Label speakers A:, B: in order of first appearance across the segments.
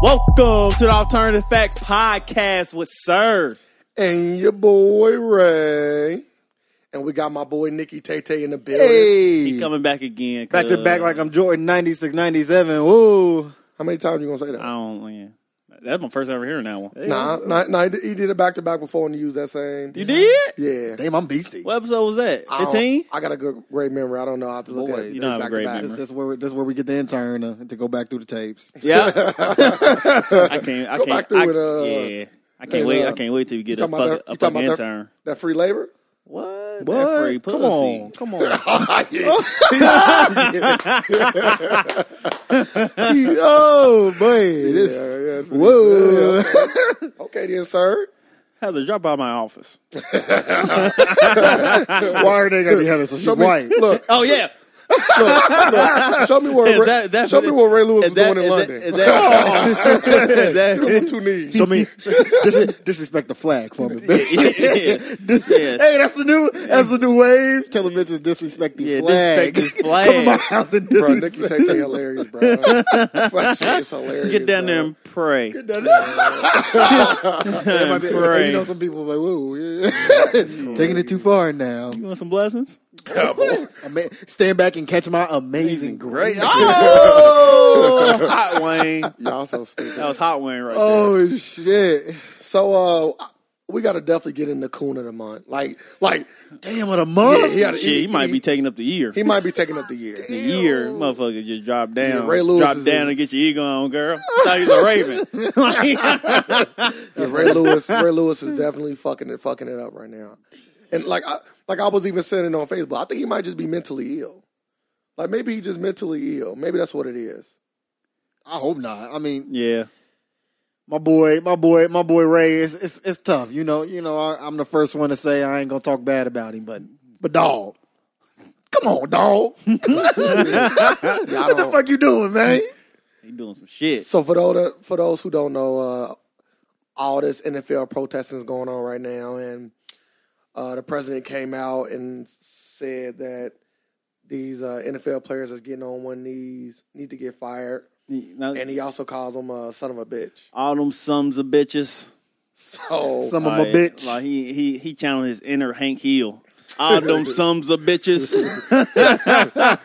A: Welcome to the Alternative Facts Podcast with Sir.
B: and your boy Ray. And we got my boy Nikki Tay Tay in the building.
A: He
C: Hey,
A: coming back again.
C: back to
A: cuz
C: back like I'm Jordan 96, 97. Woo.
B: How many times you gonna say
A: I
B: that?
A: don't. Yeah, that's my first ever hearing that one.
B: Nah, nah, nah, he did- he did it back to back before and he used that same.
A: You did?
B: Yeah.
C: Damn, I'm beastie.
A: What episode was that?
B: I don't-
A: Fifteen.
B: I got a good great memory. I don't know. I have to look
C: Boy,
B: at it.
C: you
A: don't have a
B: Back to
A: great
B: back.
A: memory.
C: That's, that's where we, that's where we get the intern uh, to go back through the tapes.
A: Yeah. I can't. I
B: Go
A: can't.
B: back through
A: I,
B: with, uh,
A: yeah. I can't
B: uh,
A: wait. I can't wait till you get a
B: talking about
A: fucking,
B: that-
A: a
B: you talking
A: fucking
B: about that-
A: intern.
B: That free labor?
A: What? That
C: What?
A: free
C: Come
A: pussy.
C: on. Come on. oh, boy.
B: Yeah,
C: This,
B: yeah, it's pretty-
C: Whoa.
B: Okay then, sir.
A: Had to drop by my office.
C: Why are they going to be having so she's
B: Show me,
C: white?
B: Look,
A: Oh yeah.
B: look, show me where
A: Is
B: Ray,
A: that- that's
B: show
A: what
B: me
A: it-
B: where Ray Lewis was
A: Is that-
B: doing in
A: is that-
B: London.
A: is that- is that-
B: Hit him with two knees.
C: So I mean, dis- disrespect the flag for me. Hey,
A: yeah. This, yes.
C: that's the new that's the new wave. Tell them bitches disrespect the
A: Yeah,
C: flag.
A: disrespect this
C: Come to my
A: flag.
C: house and
B: bro,
C: disrespect.
B: Nikki Tay Tay hilarious, bro. That shit is hilarious.
A: Get down
B: bro.
A: there and pray.
C: It might be-
A: Pray.
C: You know, some people like, whoa, yeah. taking it too far now.
A: You want some blessings?
C: Ama- stand back and catch my amazing grace.
A: Ah! Oh, hot Wayne. That
B: Y'all so stupid.
A: was hot Wayne right there.
C: Oh shit!
B: So uh, we got to definitely get in the coon of the month. Like, like
C: Damn, what a month!
B: yeah, he, had-
A: Shit, he, might be taking up the year.
B: he might be taking up the year.
A: the year, motherfucker, just drop down.
B: Yeah, Ray Lewis
A: drop
B: is
A: down
B: a-
A: and get your ego on, girl. thought you was a raven. Like,
B: Yeah, Ray Lewis, Ray Lewis is definitely fucking it, fucking it up right now. And like, I, like I was even saying it on Facebook. I think he might just be mentally ill. Like maybe he just mentally ill. Maybe that's what it is.
C: I hope not. I mean,
A: yeah.
C: my boy, my boy, my boy Ray. It's it's, it's tough. You know, you know. I, I'm the first one to say I ain't gonna talk bad about him, but but dog, come on, dog.
B: Yeah, I
C: What the
B: don't-
C: fuck you doing, man?
A: He doing some shit.
B: So for those for those who don't know, uh, all this NFL protesting is going on right now, and uh, the president came out and said that these uh, NFL players that's getting on one knees need to get fired,
A: You know,
B: and he also calls them a son of a bitch.
A: all them sums of bitches.
B: So
C: Some of my
A: Like-
C: bitch.
A: Like he he he channeled his inner Hank Hill. All them sums of bitches.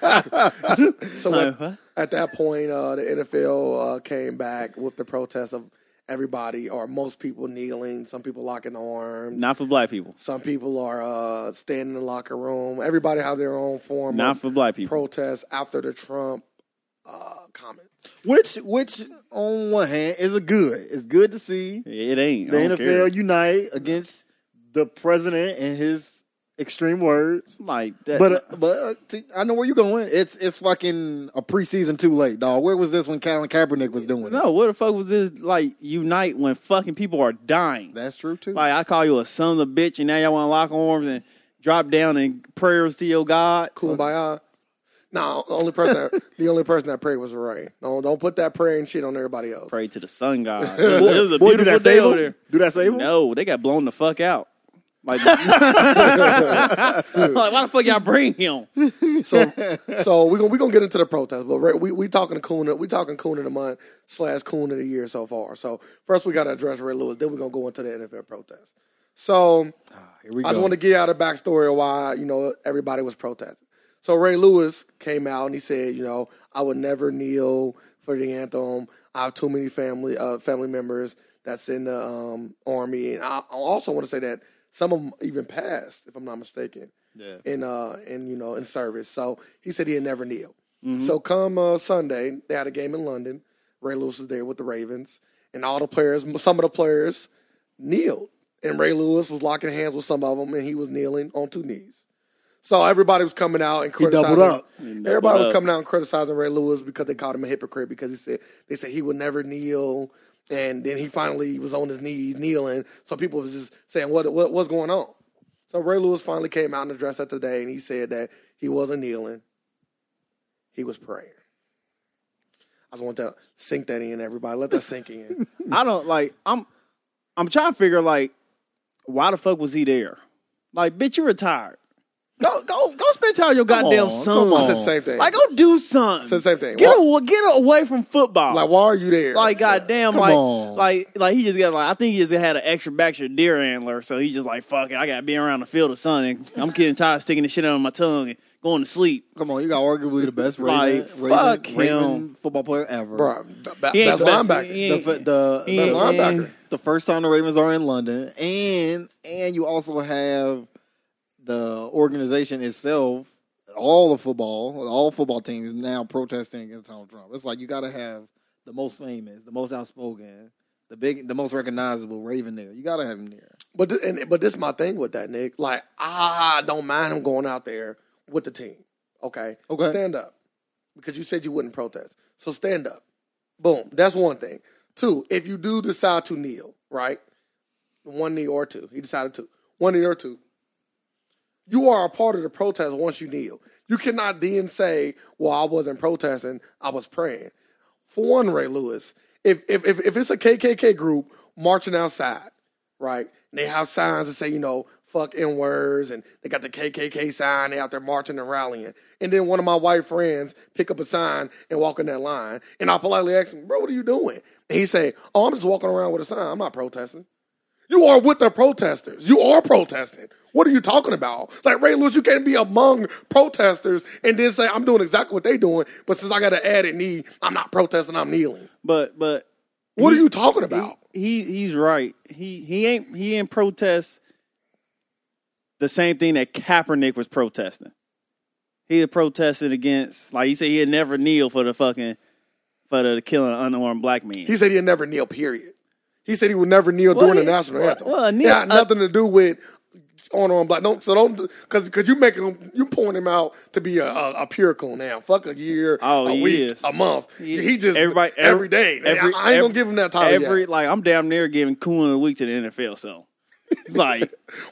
B: so
A: Like,
B: at,
A: what?
B: at that point, uh, the NFL uh, came back with the protest of everybody or most people kneeling, some people locking arms.
A: Not for black people.
B: Some people are uh, staying in the locker room. Everybody have their own form
A: Not
B: of
A: for black people.
B: protest after the Trump uh, comments.
C: Which which on one hand is a good. It's good to see
A: It ain't.
C: the
A: I
C: NFL
A: don't care.
C: unite against the president and his extreme words.
A: like that.
C: But uh, but uh, t- I know where you're going. It's it's fucking a preseason too late, dog. Where was this when Colin Kaepernick was doing it?
A: no, what the fuck was this like unite when fucking people are dying?
C: That's true too.
A: Like I call you a son of a bitch, and now y'all want to lock arms and drop down and prayers to your God.
B: Kumbaya. No, the only person that, the only person that prayed was Ray. No, don't put that prayer and shit on everybody else.
A: Pray to the sun god. It was, it was a
C: Boy, do
A: beautiful
C: that
A: day
C: save
A: over
C: him?
A: there.
C: Do that save him?
A: No, they got blown the fuck out. Like, like why the fuck y'all bring him?
B: So, so we gonna we gonna get into the protest, but Ray, we we talking Coon we talking Coon of the month slash Coon of the year so far. So first we gotta address Ray Lewis, then we are gonna go into the NFL protest. So
A: Ah.
C: Here we
B: I just want to get out a backstory of why you know everybody was protesting. So Ray Lewis came out and he said, you know, I would never kneel for the anthem. I have too many family uh, family members that's in the um, army, and I, I also want to say that some of them even passed, if I'm not mistaken,
C: Yeah.
B: in uh in you know in service. So he said he'd never kneel.
C: Mm-hmm.
B: So come uh, Sunday, they had a game in London. Ray Lewis was there with the Ravens, and all the players, some of the players kneeled. And Ray Lewis was locking hands with some of them, and he was kneeling on two knees. So everybody was coming out and
C: doubled
B: criticizing.
C: up.
B: everybody was
A: up.
B: coming out and criticizing Ray Lewis because they called him a hypocrite because he said they said he would never kneel, and then he finally was on his knees kneeling. So people was just saying, "What, what what's going on?" So Ray Lewis finally came out and addressed that today, and he said that he wasn't kneeling, he was praying. I just want to sink that in, everybody. Let that sink in.
A: I don't like. I'm I'm trying to figure like why the fuck was he there? Like, bitch, you retired. Go go go spend time with your goddamn
C: on,
A: son.
C: come on.
B: I said the same thing.
A: Like, go do something.
B: Said the same thing.
A: Get,
B: Why-
A: awa- get away from football.
B: like, why are you there?
A: Like goddamn,
C: Come
A: like
C: on.
A: like like he just got like I think he just had an extra batch of deer antler, so he just like fuck it, I gotta be around the field of sun, and I'm getting tired of sticking the shit out of my tongue and going to sleep.
C: Come on, you got arguably the best Raven,
A: Like,
C: Raven,
A: fuck
C: Raven
A: him.
C: football player ever.
B: bro, that,
A: He ain't
B: that's
A: the best-
B: linebacker.
A: he
C: The,
A: ain't-
C: f- the,
A: He
C: the-
A: ain't-
B: linebacker.
C: the first time the Ravens are in London, and and you also have the organization itself, all the football, all football teams now protesting against Donald Trump. It's like you got to have the most famous, the most outspoken, the big, the most recognizable Raven there. You got to have him there.
B: But th- and, but this my thing with that Nick. Like I don't mind him going out there with the team. Okay,
C: Okay.
B: stand up because you said you wouldn't protest. So stand up. Boom. That's one thing. Two, if you do decide to kneel, right, one knee or two. He decided to one knee or two. You are a part of the protest once you kneel. You cannot then say, "Well, I wasn't protesting. I was praying." For one, Ray Lewis, if if if, if it's a KKK group marching outside, right? And they have signs that say, you know, fuck N words, and they got the KKK sign. They out there marching and rallying. And then one of my white friends pick up a sign and walk in that line. And I politely ask him, bro, what are you doing? And he say, oh, I'm just walking around with a sign. I'm not protesting. You are with the protesters. You are protesting. What are you talking about? Like Ray Lewis, you can't be among protesters and then say I'm doing exactly what they doing. But since I got an added knee, I'm not protesting. I'm kneeling.
A: But but
B: What are
A: He's-
B: you talking about?
A: he he's right. He he ain't he ain't protest the same thing that Kaepernick was protesting. He had protested against like he said he had never kneel for the fucking for the killing an unarmed black man.
B: He said he'd never kneel. Period. He said he would never kneel
A: Well,
B: during the
A: yeah,
B: national
A: well,
B: anthem.
A: well, uh, a knee-
B: it had
A: a-
B: nothing to do with on on black. Don't so don't because because you making him you point him out to be a, a, a puricle now. Fuck a year,
A: Oh,
B: a
A: he
B: week,
A: is.
B: a month.
A: He-
B: He just
A: everybody
B: every day. I- I, ain't
A: every-
B: gonna give him that title.
A: Every
B: yet.
A: like I'm damn near giving coon of the week to the NFL. So it's like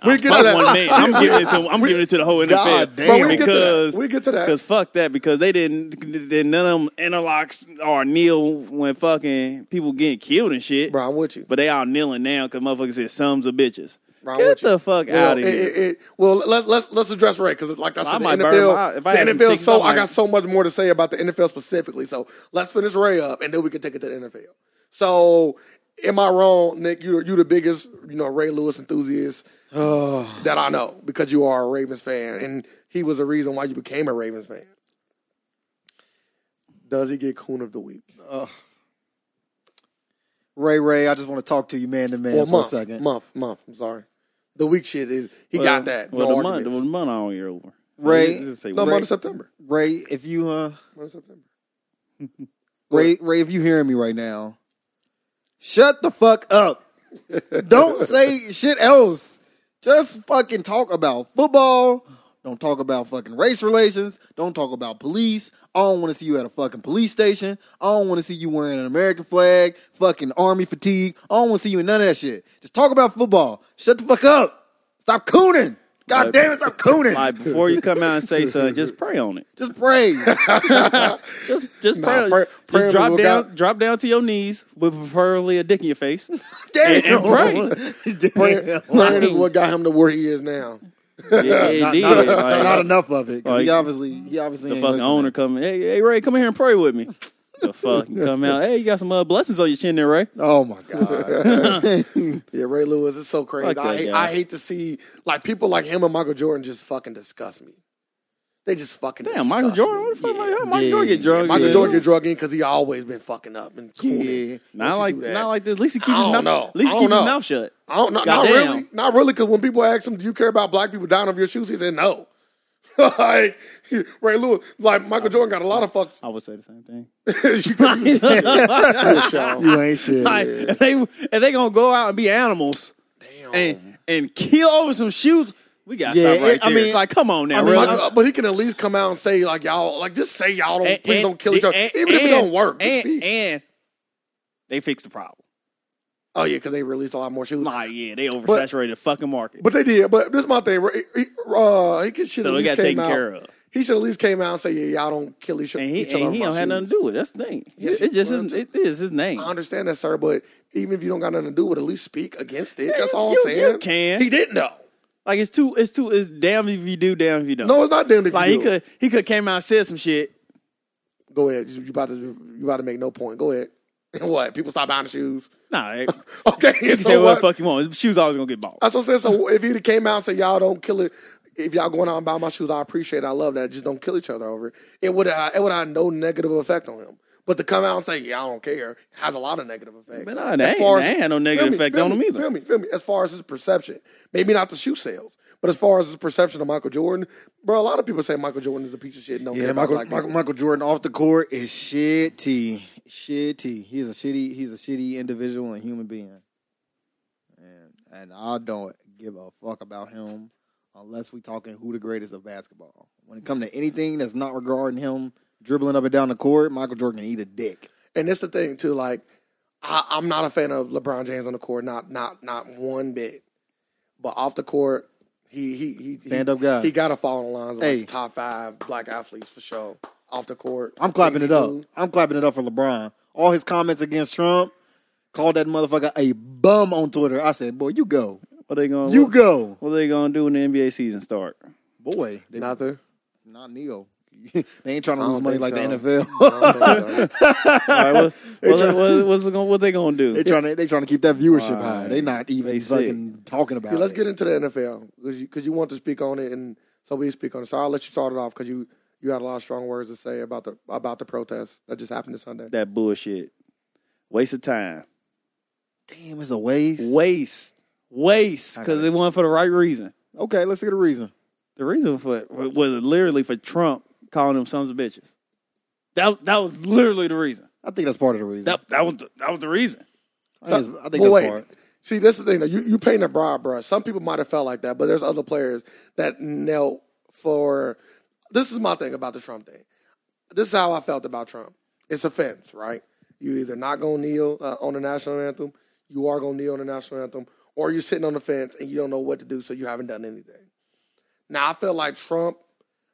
B: We get to
A: fuck
B: that.
A: one man. I'm giving it to I'm giving it to the whole NFL.
C: God damn.
B: But we get to that.
A: because
B: We get to that.
A: because fuck that because they didn't then none of them interlocks or kneel when fucking people getting killed and shit.
B: Bro, I'm with you.
A: But they all kneeling now because motherfuckers said sums of bitches.
B: Bro, I'm
A: Get
B: with you.
A: the fuck
B: Well,
A: out of
B: it-
A: here.
B: it- it- well, let, let's let's address Ray because, like I
A: I
B: said,
A: might
B: the
A: burn my-
B: NFL,
A: if I had
B: the
A: some
B: NFL.
A: tickets,
B: So
A: I
B: I
A: might-
B: got so much more to say about the NFL specifically. So let's finish Ray up, and then we can take it to the NFL. So, am I wrong, Nick? You you the biggest you know Ray Lewis enthusiast that I know because you are a Ravens fan, and he was the reason why you became a Ravens fan. Does he get coon of the week?
C: Ray Ray, I just want to talk to you man to man
B: Well,
C: for
B: month,
C: a second.
B: month, month. I'm sorry. The week shit is he got that.
A: Well,
B: no
A: the month, the
B: arguments.
A: month all year over.
C: Ray,
A: Just- just say
B: no
A: Ray.
B: month of September.
C: Ray, if you uh
B: Month of September.
C: Ray, Ray, if you hearing me right now, shut the fuck up. Don't say shit else. Just fucking talk about football. Don't talk about fucking race relations. Don't talk about police. I don't want to see you at a fucking police station. I don't want to see you wearing an American flag, fucking army fatigue. I don't want to see you in none of that shit. Just talk about football. Shut the fuck up. Stop cooning. God
A: Like-
C: damn it, stop cooning.
A: Like before you come out and say something, just pray on it.
C: Just pray.
A: Just just
B: Nah,
A: pray, on-
B: pray-
A: just
B: pray on
A: drop
B: what
A: down,
B: God-
A: drop down to your knees with preferably a dick in your face.
C: damn.
A: and
C: Damn.
B: Praying is what got him to where he is now.
A: yeah, it did.
C: not,
A: like,
C: not enough of it. 'cause
A: like,
C: he obviously, he obviously
A: the
C: ain't
A: fucking
C: listening.
A: owner coming. Hey, hey, Ray, come in here and pray with me. The fucking come out. Hey, you got some uh, blessings on your chin there, Ray.
C: Oh my god!
B: Yeah, Ray Lewis is so crazy.
A: Fuck that
B: I, hate,
A: guy.
B: I hate to see like people like him and Michael Jordan just fucking disgust me. They just fucking
A: Damn,
B: disgust
A: Michael Jordan.
B: me.
A: What the fuck?
B: Yeah.
A: Like, how Michael Jordan get drunk?
B: Michael
A: Yeah.
B: Jordan get drug in because he always been fucking up and cool.
C: yeah,
A: Not like,
B: do that.
A: not like this. At least he keep
B: I
A: his mouth.
B: don't know.
A: At least
B: I
A: he
B: don't
A: keep his
B: know.
A: mouth shut.
B: I don't know. Not
A: Goddamn.
B: really. Not really. Because when people ask him, "Do you care about black people dying of your shoes?" He said, "No." like Ray Lewis, like Michael Jordan got a lot of fuck.
A: I would say the same thing.
C: you ain't shit.
A: Like, if they if they gonna go out and be animals
B: Damn.
A: and and kill over some shoes, we gotta
C: Yeah,
A: stop right
C: it- I
A: there.
C: mean-
A: like, come on now,
B: I mean,
A: really.
B: like, uh, but he can at least come out and say like y'all, like just say y'all don't,
A: And-
B: Oh, please
A: and-
B: don't kill each other,
A: and-
B: even if it
A: and-
B: don't work. just
A: And,
B: speak.
A: and they fixed the problem.
B: oh yeah, because they released a lot more shoes.
A: Like, yeah, they oversaturated the fucking market.
B: But they did. But this is my thing. He, he, uh, he could should
A: So
B: at
A: it
B: least
A: got
B: came
A: taken
B: out.
A: care of.
B: He should at least came out and say yeah, y'all don't kill each,
A: And he,
B: each other.
A: and he don't have nothing to do with it. That's the thing.
B: Yes,
A: it
B: he
A: just
B: wanted
A: isn't. It is his name.
B: I understand that, sir. But even if you don't got nothing to do with, it, at least speak against it. That's all
A: you-
B: I'm saying.
A: you can.
B: He didn't know.
A: Like it's too it's too it's damn if you do, damn if you don't.
B: No, it's not damn if
A: like
B: you
A: he
B: do.
A: could he could came out and said some shit.
B: Go ahead. You, you about to you about to make no point. Go ahead. And what? People stop buying the shoes.
A: Nah, he
B: Okay.
A: can
B: so
A: say what
B: what?
A: the fuck you want. His shoes always gonna get bought.
B: That's what I'm saying. So if he came out and said, "Y'all don't kill it," if y'all going out and buy my shoes, I appreciate. it. I love that. Just don't kill each other over it. It would have, it would have no negative effect on him. But to come out and say, "Yeah, I don't care," has a lot of negative effects.
A: But nah,
B: As
A: that ain't-
B: far
A: that ain't no
B: feel
A: negative effect
B: feel
A: on him either.
B: Feel me, feel me. As far as his perception, maybe not the shoe sales, but as far as his perception of Michael Jordan, bro, a lot of people say Michael Jordan is a piece of shit. and Don't care
C: Yeah,
B: about
C: Michael,
B: black
C: Michael,
B: people.
C: Michael Jordan off the court is shitty. Shitty. He's a shitty he's a shitty individual and human being. And and I don't give a fuck about him unless we talking who the greatest of basketball. When it comes to anything that's not regarding him dribbling up and down the court, Michael Jordan can eat a dick.
B: And that's the thing too. Like, I, I'm not a fan of LeBron James on the court. Not not not one bit. But off the court, he he he
C: Stand-up guy.
B: He, got to fall in lines. Like
C: Hey.
B: the top five black athletes for sure. Off the court,
C: I'm clapping
B: Things
C: it
B: he
C: up.
B: do.
C: I'm clapping it up for LeBron. All his comments against Trump called that motherfucker a bum on Twitter. I said, boy, you go.
A: What they gonna
C: You
A: what,
C: go.
A: what they gonna do when the NBA season start?
C: Boy. They
B: Nothing.
C: Not Neo. they ain't trying to
B: I
C: lose
B: don't
C: money like
B: think so.
C: the
B: I
C: NFL.
B: don't think so.
A: All right, what, what, what, what's it gonna, what they gonna do?
C: they trying to they trying to keep that viewership
A: Right.
C: high. They not even
A: They sick.
C: fucking talking about
B: Yeah, let's
C: it.
B: get into the NFL because you, 'cause you want to speak on it, and so we speak on it. So I'll let you start it off because you you had a lot of strong words to say about the about the protest that just happened this Sunday.
A: that bullshit. Waste of time.
C: Damn, it's a waste.
A: Waste. Waste.
C: I
A: Because
C: got it.
A: it wasn't for the right reason.
C: Okay, let's get a reason.
A: The reason for it wa- was literally for Trump calling them sons of bitches. That that was literally the reason.
C: I think that's part of the reason.
A: That that was the, that was the reason.
C: I think, that's, I think
B: But
C: that's
B: wait,
C: part.
B: see, that's the thing. Though. You you paint a broad brush. Some people might have felt like that, but there's other players that knelt for. This is my thing about the Trump thing. This is how I felt about Trump. It's offense, right? You either not gonna kneel uh, on the national anthem, you are gonna kneel on the national anthem, or you're sitting on the fence and you don't know what to do, so you haven't done anything. Now I feel like Trump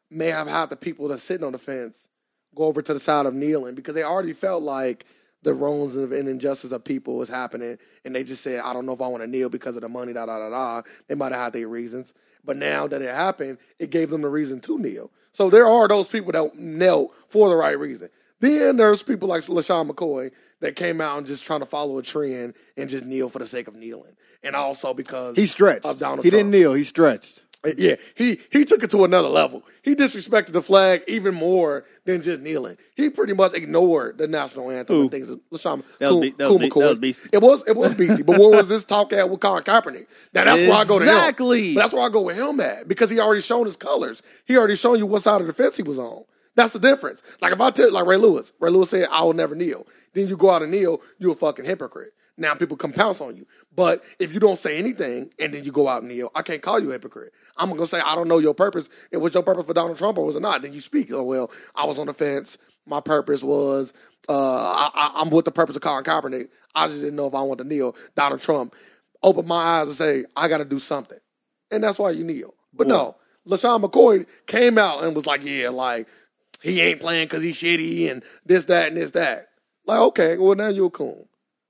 B: may have had the people that's sitting on the fence go over to the side of kneeling because they already felt like the wrongs of and injustice of people was happening, and they just said, "I don't know if I want to kneel because of the money." Da da da da. They might have had their reasons, but now that it happened, it gave them the reason to kneel. So there are those people that knelt for the right reason. Then there's people like LaShawn McCoy that came out and just trying to follow a trend and just kneel for the sake of kneeling, and also because
C: He stretched.
B: of
C: He
B: Donald Trump.
C: didn't kneel. He stretched.
B: Uh, Yeah, he he took it to another level. He disrespected the flag even more than just kneeling. He pretty much ignored the national anthem and things. LaShawn
A: That was
B: Cool-
A: be- that was be-
B: Cool
A: that was
B: McCoy.
A: beastie.
B: It was it was beastie. but what was this talk at with Colin Kaepernick? Now that's where I go to him.
A: Exactly.
B: But that's where I go with him at because he already shown his colors. He already shown you what side of the fence he was on. That's the difference. Like if I tell like Ray Lewis, Ray Lewis said, "I will never kneel." Then you go out and kneel, you're a fucking hypocrite. Now people can pounce on you. But if you don't say anything and then you go out and kneel, I can't call you a hypocrite. I'm gonna say I don't know your purpose. It was your purpose for Donald Trump or was it not? Then you speak. Oh well, I was on the fence. My purpose was uh, I, I, I'm with the purpose of Colin Kaepernick. I just didn't know if I wanted to kneel. Donald Trump opened my eyes and say I got to do something and that's why you kneel. But no, LaShawn McCoy came out and was like, yeah, like he ain't playing because he's shitty and this, that, and this, that. Like, okay, well now you're a coon.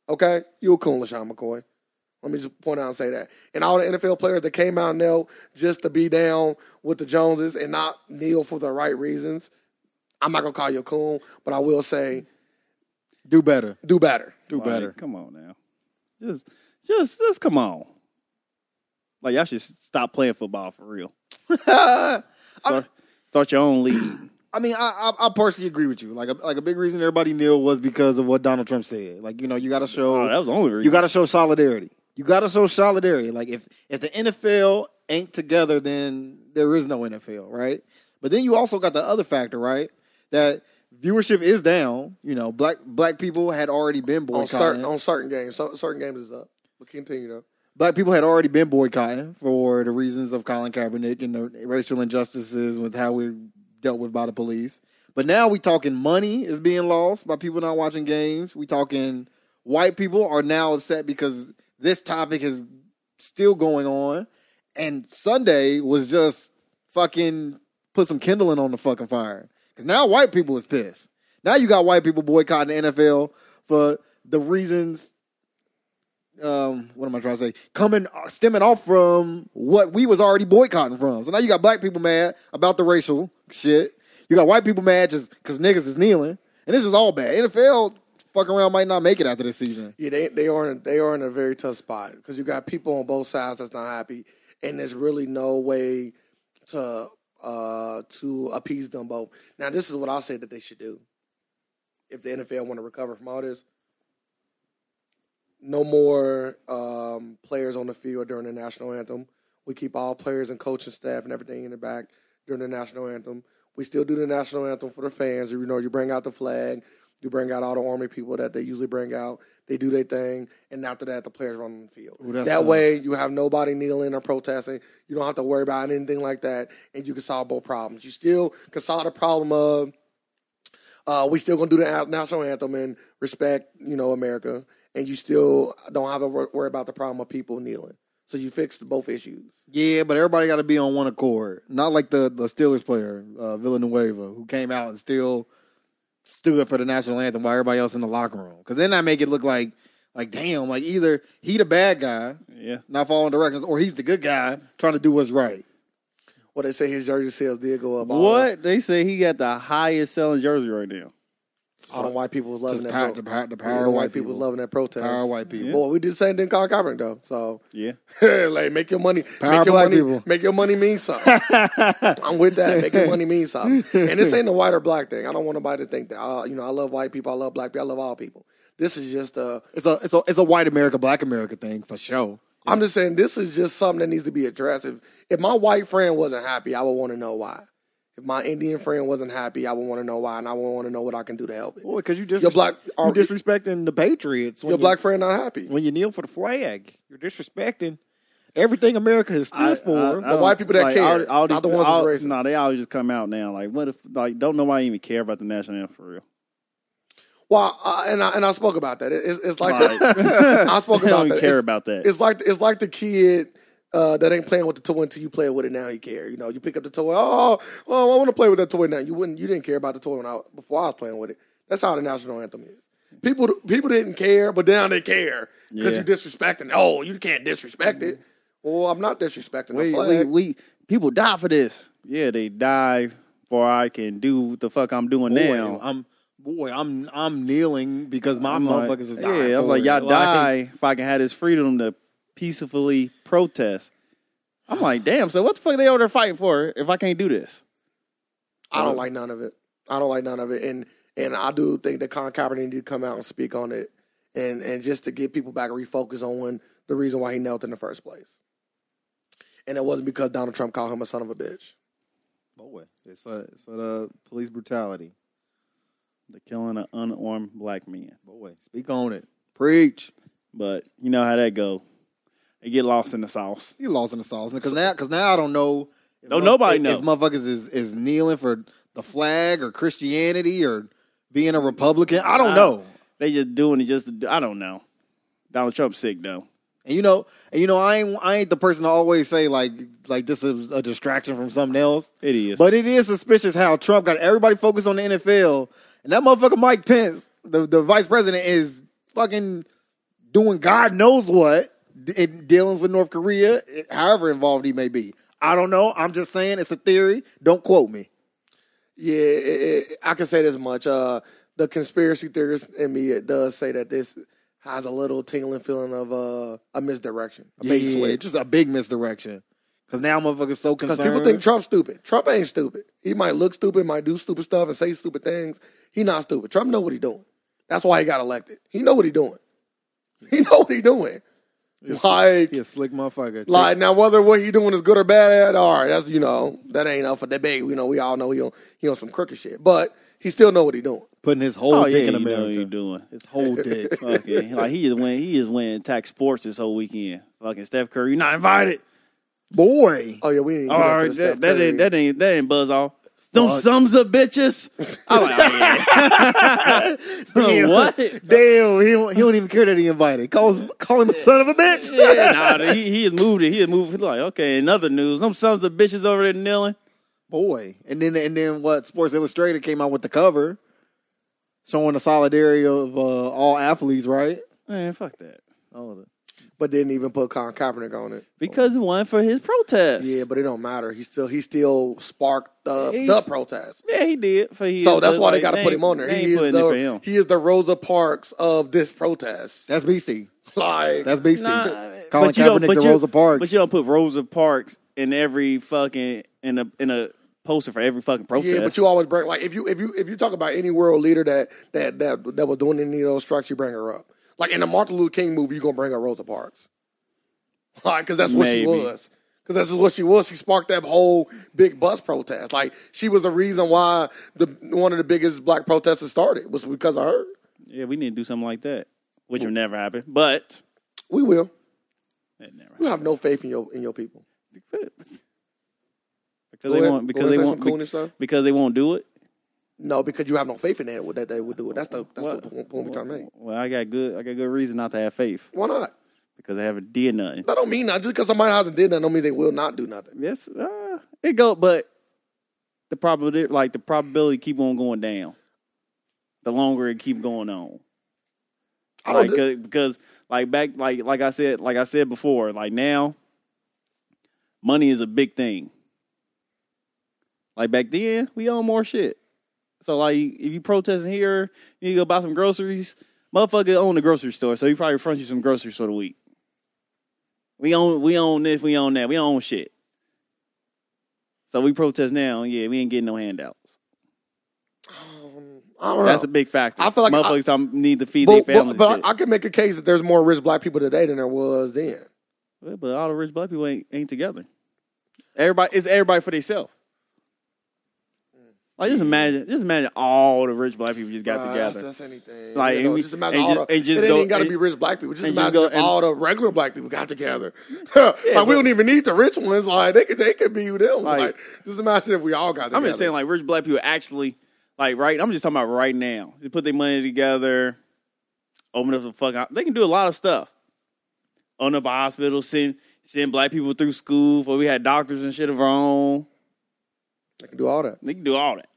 B: Okay, you're a coon, LaShawn McCoy. Let me just point out and say that. And all the NFL players that came out now just to be down with the Joneses and not kneel for the right reasons. I'm not gonna call you a coon, but I will say
C: Do better.
B: do better.
C: Do
A: Like,
C: better.
A: Come on now. Just just just come on. Like y'all should stop playing football for real. Start, start your own league.
C: I mean, I, I I partially agree with you. Like a, like a big reason everybody kneeled was because of what Donald Trump said. Like you know, you got to show
A: Oh, that was the only reason.
C: You got to show solidarity. You got to show solidarity. Like if if the NFL ain't together, then there is no NFL, right? But then you also got the other factor, right? That viewership is down. You know, black black people had already been
B: On certain
C: boycotting.
B: on certain games, so, certain games is up. But continue though.
C: Black people had already been boycotting for the reasons of Colin Kaepernick and the racial injustices with how we dealt with by the police. But now we talking money is being lost by people not watching games. We talking white people are now upset because this topic is still going on. And Sunday was just fucking put some kindling on the fucking fire. Because now white people is pissed. Now you got white people boycotting the NFL for the reasons um, what am I trying to say? Coming uh, stemming off from what we was already boycotting from. So now you got black people mad about the racial shit. You got white people mad just because niggas is kneeling, and this is all bad. NFL fucking around might not make it after this season.
B: Yeah, they they are in, they are in a very tough spot because you got people on both sides that's not happy, and there's really no way to uh to appease them both. Now, this is what I say that they should do if the NFL want to recover from all this. No more um, players on the field during the national anthem. We keep all players and coaching staff and everything in the back during the national anthem. We still do the national anthem for the fans. You know, you bring out the flag. You bring out all the army people that they usually bring out. They do their thing, and after that, the players run on the field.
C: Ooh,
B: that
C: that's tough.
B: way, you have nobody kneeling or protesting. You don't have to worry about anything like that, and you can solve both problems. You still can solve the problem of uh, we still gonna do the an- national anthem and respect, you know, America, and you still don't have to wor- worry about the problem of people kneeling. So you fixed both issues.
C: Yeah, but everybody got to be on one accord. Not like the the Steelers player uh, Villanueva who came out and still stood up for the national anthem while everybody else in the locker room. Because then I make it look like like damn, like either he the bad guy
A: Yeah.
C: not following directions, or he's the good guy trying to do what's right.
B: Well, they say his jersey sales did go up.
A: What? They say he got the highest selling jersey right now.
B: All, all the white people was loving
C: Just
B: that.
C: power,
B: pro-
C: the power, the
B: all
C: power
B: the
C: of
B: white
C: white
B: people was
C: people,
B: loving that protest.
C: power of white people.
B: Boy, we did the same thing, Colin Kaepernick though. So
A: Yeah.
B: like, make your money,
C: Power
B: make your
C: black
B: money,
C: people.
B: make your money mean something. I'm with that. Make your money mean something. And this ain't a white or black thing. I don't want nobody to think that. Uh, you know, I love white people. I love black people. I love all people. This is just a.
C: It's a it's a it's a white America, black America thing for sure.
B: I'm just saying this is just something that needs to be addressed. If if my white friend wasn't happy, I would want to know why. If my Indian friend wasn't happy, I would want to know why, and I would want to know what I can do to help it.
D: Boy, because you disres-
B: Your black-
D: you disrespecting the Patriots. When
B: Your
D: you-
B: black friend not happy.
D: when you kneel for the flag, you're disrespecting everything America has stood for.
B: The
A: don't-
B: white people that care, not the ones that's
A: all-
B: racist.
A: No, they always just come out now. Like, what if? Like, don't nobody even care about the national anthem for real?
B: Well, I, and I and I spoke about that. It, it's, it's like
A: Like,
B: I spoke
A: they don't
B: about
A: even
B: that.
A: care
B: It's-
A: about that.
B: It's like it's like the kid uh, that ain't playing with the toy until you play with it. Now he care. You know, you pick up the toy. Oh, oh, I want to play with that toy now. You wouldn't. You didn't care about the toy when I before I was playing with it. That's how the national anthem is. People people didn't care, but now they care because
A: Yeah. Mm-hmm.
B: you disrespecting. Oh, you can't disrespect it. Well, I'm not disrespecting
A: we,
B: the
A: we,
B: flag.
A: we people die for this. Yeah, they die for I can do what the fuck I'm doing
C: Boy,
A: now.
C: I'm boy, I'm I'm kneeling because my
A: I'm
C: motherfuckers
A: like,
C: is dying.
A: Yeah, I
C: for
A: was like,
C: it.
A: y'all die if I can have this freedom to peacefully protest. I'm like, damn. So what the fuck they over there fighting for if I can't do this?
B: I don't like none of it. I don't like none of it. And and I do think that Colin Kaepernick need to come out and speak on it, and and just to get people back refocused on the reason why he knelt in the first place. And it wasn't because Donald Trump called him a son of a bitch.
C: boy. It's for it's for the police brutality.
A: They're killing an unarmed black man.
C: Boy, speak on it. Preach.
A: But you know how that go. They get lost in the sauce.
C: He lost in the sauce because now, because now I don't know. If
A: Don't
C: motherf-
A: nobody
C: if,
A: know.
C: if motherfuckers is is kneeling for the flag or Christianity or being a Republican. I don't
A: I-
C: know.
A: They just doing it just to do, I don't know. Donald Trump's sick though.
C: And you know, and you know, I ain't I ain't the person to always say like like this is a distraction from something else.
A: It is.
C: But it is suspicious how Trump got everybody focused on the NFL, and that motherfucker Mike Pence, the, the vice president, is fucking doing God knows what d- in dealings with North Korea, it- however involved he may be. I don't know. I'm just saying it's a theory. Don't quote me.
B: Yeah, it, it, I can say this much. Uh, the conspiracy theorist in me it does say that this has a little tingling feeling of uh, a misdirection, a bait
C: Yeah,
B: switch.
C: just a big misdirection. Because now motherfuckers so concerned.
B: Because people think Trump's stupid. Trump ain't stupid. He might look stupid, might do stupid stuff and say stupid things. He not stupid. Trump know what he doing. That's why he got elected. He know what he doing. He know what he doing. Like,
C: he a slick motherfucker.
B: like now whether what he doing is good or bad, all right, that's you know that ain't up for debate. You know we all know he on he on some crooked shit, but he still know what he doing.
C: putting his whole
A: oh
C: dick
A: yeah,
C: in
A: you know what
C: America.
A: you doing.
C: his whole dick.
A: Fucking like he just went he just went attack sports this whole weekend. Fucking Steph Curry, you not invited.
C: Boy.
B: Oh yeah, we didn't. Get
A: All
B: into
A: right,
B: the
A: that,
B: Steph
A: that
B: Curry.
A: ain't that ain't that ain't buzz off. Them
C: Fuck.
A: sums of bitches. I like oh, yeah. what?
C: Damn, he don't, he don't even care that he invited. Call, his, call him a son of a bitch.
A: Yeah, nah, he he has moved it. He has moved. It. Like okay, in other news, them sons of bitches over there kneeling.
C: Boy, and then and then what? Sports Illustrated came out with the cover showing the solidarity of uh, all athletes, right?
A: Man, fuck that.
C: All of it.
B: but didn't even put Colin Kaepernick on it.
A: because he won for his protest.
B: Yeah, but it don't matter. He still he still sparked the the
A: He's-
B: protest.
A: yeah, he did for his.
B: So that's
A: but,
B: why they
A: like,
B: got to put
A: ain't-
B: him on there.
A: They
B: He
A: ain't
B: is
A: putting it for
B: the
A: him.
B: he is the Rosa Parks of this protest.
C: That's beasty.
B: Like
C: That's beasty.
A: Nah,
C: Colin
A: but you don't-
C: Kaepernick
A: but
C: to
A: you-
C: Rosa Parks.
A: But you don't put Rosa Parks in every fucking in a in a poster for every fucking protest.
B: yeah, but you always bring like if you if you if you talk about any world leader that that that that was doing any of those strikes, you bring her up. Like in the Martin Luther King movie, you gonna bring up Rosa Parks, like because that's what she
A: Maybe.
B: was. Because that's just what she was. She sparked that whole big bus protest. Like she was the reason why the one of the biggest black protests started was because of her.
A: yeah, we need to do something like that, which will never happen. But
B: We will.
A: that never
B: You
A: happened.
B: have no faith in your in your people.
A: because
B: Go
A: they
B: ahead.
A: won't
B: Go
A: because
B: ahead,
A: they
B: say
A: won't
B: some coolness,
A: be-
B: though.
A: because they won't do it.
B: No, because you have no faith in that that they would do it. That's the that's
A: Well,
B: the point point we're trying to make.
A: Well, I got good I got good reason not to have faith
B: Why not?
A: because I haven't did nothing.
B: That don't mean nothing. Just because somebody hasn't did nothing, don't mean they will not do nothing.
A: Yes, uh, it go, but the probability, like the probability, keep on going down. The longer it keep going on,
B: I don't
A: like
B: do-
A: 'cause- because like back like like I said like I said before, like now, money is a big thing. Like back then, we own more shit. So like, if you protesting here, you need to go buy some groceries. Motherfucker own the grocery store, so he probably front you some groceries for the week. We own we own this, we own that, we own shit. So we protest now. Yeah, we ain't getting no handouts.
B: I don't
A: That's a
B: know.
A: big factor.
B: I feel like I-
A: motherfuckers um, need to feed
B: but,
A: their families.
B: but, but
A: and
B: I, I can make a case that there's more rich black people today than there was then.
A: shit. Yeah, but all the rich black people ain't, ain't together. Everybody it's everybody for themselves. Like just imagine, just imagine all the rich black people just got
B: Mm. Nah,
A: together.
B: That's, that's anything.
A: Like,
B: You
A: and
B: know,
A: we-
B: just imagine
A: and
B: all
A: just-
B: the,
A: and just
B: it ain't
A: go-
B: even got to
A: and-
B: be rich black people. Just
A: and just
B: imagine
A: go
B: if
A: and-
B: all the regular black people got together. like we don't even need the rich ones. Like they could, they could be who them. Like,
A: Like-
B: just imagine if we all got together.
A: I'm just saying, like rich black people actually, like right. I'm just talking about right now. They put their money together, open up the fuck. Out. They can do a lot of stuff. Open up a hospital, send send black people through school. For we had doctors and shit of our own.
B: they can do all that.
A: They can do all that.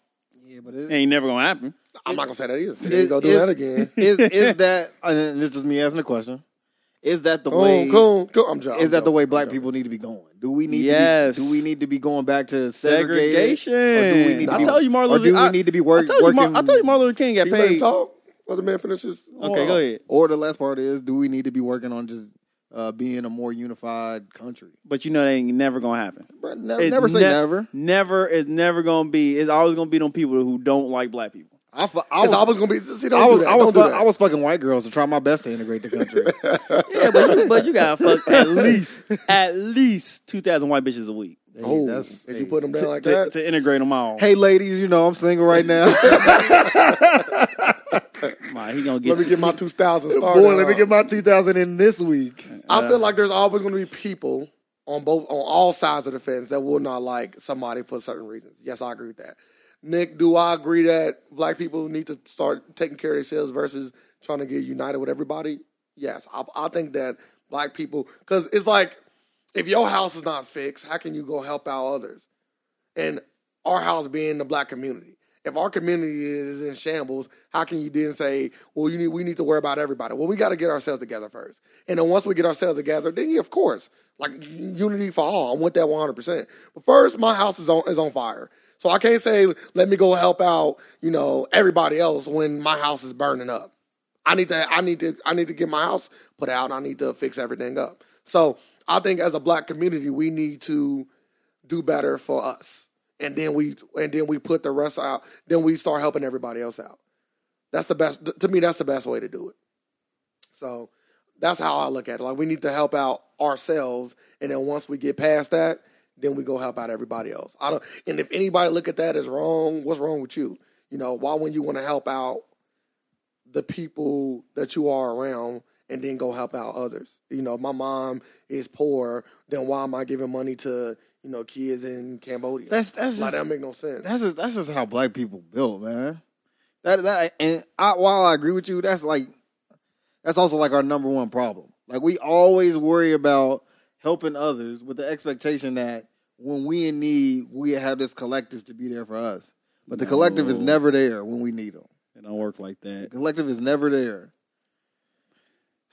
C: yeah, but it,
A: It ain't never gonna happen.
B: I'm not gonna say that either. They
C: It-
B: ain't gonna do
C: it-
B: that again.
C: is is that and this is just me asking a question. Is that the way
B: Coon, coon, coon. I'm joking.
C: is that the way
B: I'm
C: black
B: joking.
C: people need to be going? Do we need
A: Yes.
C: to be, do we need to be going back to segregated?
A: Segregation.
C: Or do we need to
A: I
C: be-
A: told you, Martin
C: or
A: Luther.
C: do we
A: I-
C: need to be work-
A: I told you, Mar-
C: working-
A: I told you, Martin Luther King got
B: You let him
A: paid.
B: talk. Let the man finish his.
A: Okay, go ahead.
C: Or the last part is do we need to be working on just uh, being a more unified country?
A: But you know that ain't never gonna happen.
C: Bruh, ne-
A: It's
C: never say
A: ne-
C: never.
A: Never is never gonna be. It's always gonna be them people who don't like black people.
C: I, fu- I
B: It's
C: was,
B: always gonna be. See, don't
C: I
B: do
C: was,
B: that.
C: I was,
B: don't do
C: fu-
B: that.
C: I was fucking white girls to try my best to integrate the country.
A: Yeah, but you, but you gotta fuck at least at least two thousand white bitches a week
C: Hey,
B: Oh,
C: that's-
B: if
C: hey.
B: you put them down like
A: to,
B: that,
A: to integrate them all.
C: hey, ladies, you know I'm single right now.
A: Nah, he gonna get.
B: let me get my two thousand started.
C: Boy, let me get my 2000 in this week.
B: I feel like there's always going to be people on both on all sides of the fence that will not like somebody for certain reasons. Yes, I agree with that. Nick, do I agree that black people need to start taking care of themselves versus trying to get united with everybody? Yes, I, I think that black people because it's like if your house is not fixed, how can you go help out others? And our house being the black community. If our community is in shambles, how can you then say, well, you need, we need to worry about everybody? Well, we got to get ourselves together first. And then once we get ourselves together, then yeah, of course, like unity for all. I want that 100%. But first, my house is on, is on fire. So I can't say, let me go help out, you know, everybody else when my house is burning up. I need to I need to I need to get my house put out. I need to fix everything up. So I think as a black community, we need to do better for us. And then we and then we put the rest out. Then we start helping everybody else out. That's the best to me, that's the best way to do it. So that's how I look at it. Like we need to help out ourselves, and then once we get past that, then we go help out everybody else. I don't. And if anybody look at that as wrong, what's wrong with you? You know, why wouldn't you want to help out the people that you are around and then go help out others. You know, if my mom is poor, then why am I giving money to, you know, kids in Cambodia?
C: That's that's
B: like
C: just,
B: that make no sense.
C: that's just that's just how black people built, man. That that and I, while I agree with you, that's like that's also like our number one problem. Like we always worry about helping others with the expectation that when we in need, we have this collective to be there for us. But the collective is
A: No.
C: never there when we need them.
A: It don't work like
C: The
A: that.
C: collective is never there.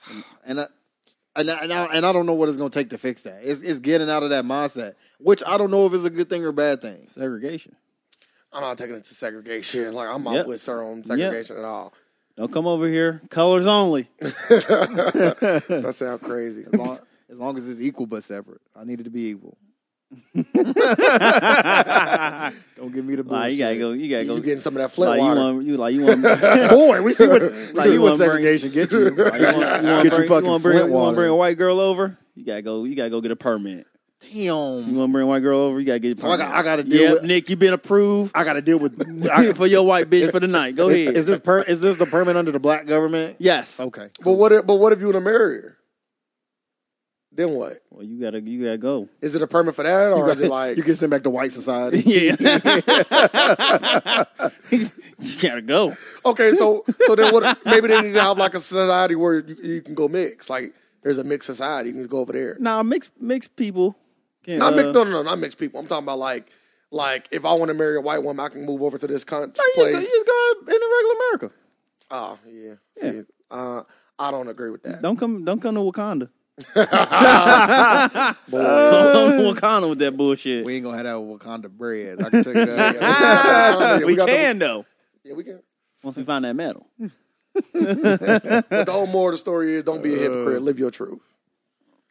C: And I, and I- and I, and I don't know what it's going to take to fix that. It's it's getting out of that mindset, which I don't know if it's a good thing or bad thing.
A: Segregation.
B: I'm not taking it to segregation. Like I'm
A: Yep.
B: not with sir on segregation at all.
A: Don't come over here. Colors only.
B: That sounds crazy.
C: As long, as long as it's equal but separate, I need it to be equal. don't give me the
A: Nah,
C: bullshit.
A: you gotta go. You gotta
B: you
A: go.
B: getting some of that Flint
A: Like you
B: water?
A: want. You like you want. like,
C: Boy, we see what we
A: Like,
C: see
A: you wanna
C: what
A: bring-
C: segregation gets you.
A: you want you want
C: Get your
A: bring, you
C: fucking
A: want bring,
C: Flint
A: you want
C: water.
A: bring a white girl over. You gotta go. You gotta go get a permit. You
C: Damn.
A: want to bring a white girl over? You gotta get a
C: So I
A: permit.
C: got I got to deal
A: Yep,
C: with
A: Nick, you been approved
C: I got to deal with I,
A: for your white bitch for the night. Go
C: is,
A: ahead.
C: is Oh. this per, is this the permit under the black government?
A: yes.
C: Okay.
B: But what? If, but what if you want to marry her? Then what?
A: Well, you gotta you gotta go.
B: Is it a permit for that, or is it like
C: you get sent back to white society.
A: Yeah. you gotta go.
B: okay? So so then what? Maybe they need to have like a society where you, you can go mix. Like there's a mixed society. You can go over there.
A: Nah, mixed mixed people. Can't,
B: Not
A: uh,
B: mixed. No, no, no, not mixed people. I'm talking about like like if I want to marry a white woman, I can move over to this con-
A: you just, go-
B: place.
A: you just go out in the regular America.
B: Oh yeah. See, uh, I don't agree with that.
A: Don't come don't come to Wakanda.
B: Boy.
A: Don't come to Wakanda with that bullshit.
C: We ain't gonna have that Wakanda bread. I can tell you that.
B: Yeah,
A: We
B: got the-
A: can though.
B: yeah, we can.
A: Once we find that metal.
B: But the whole moral of the story is don't be a
A: Uh.
B: hypocrite. Live your truth.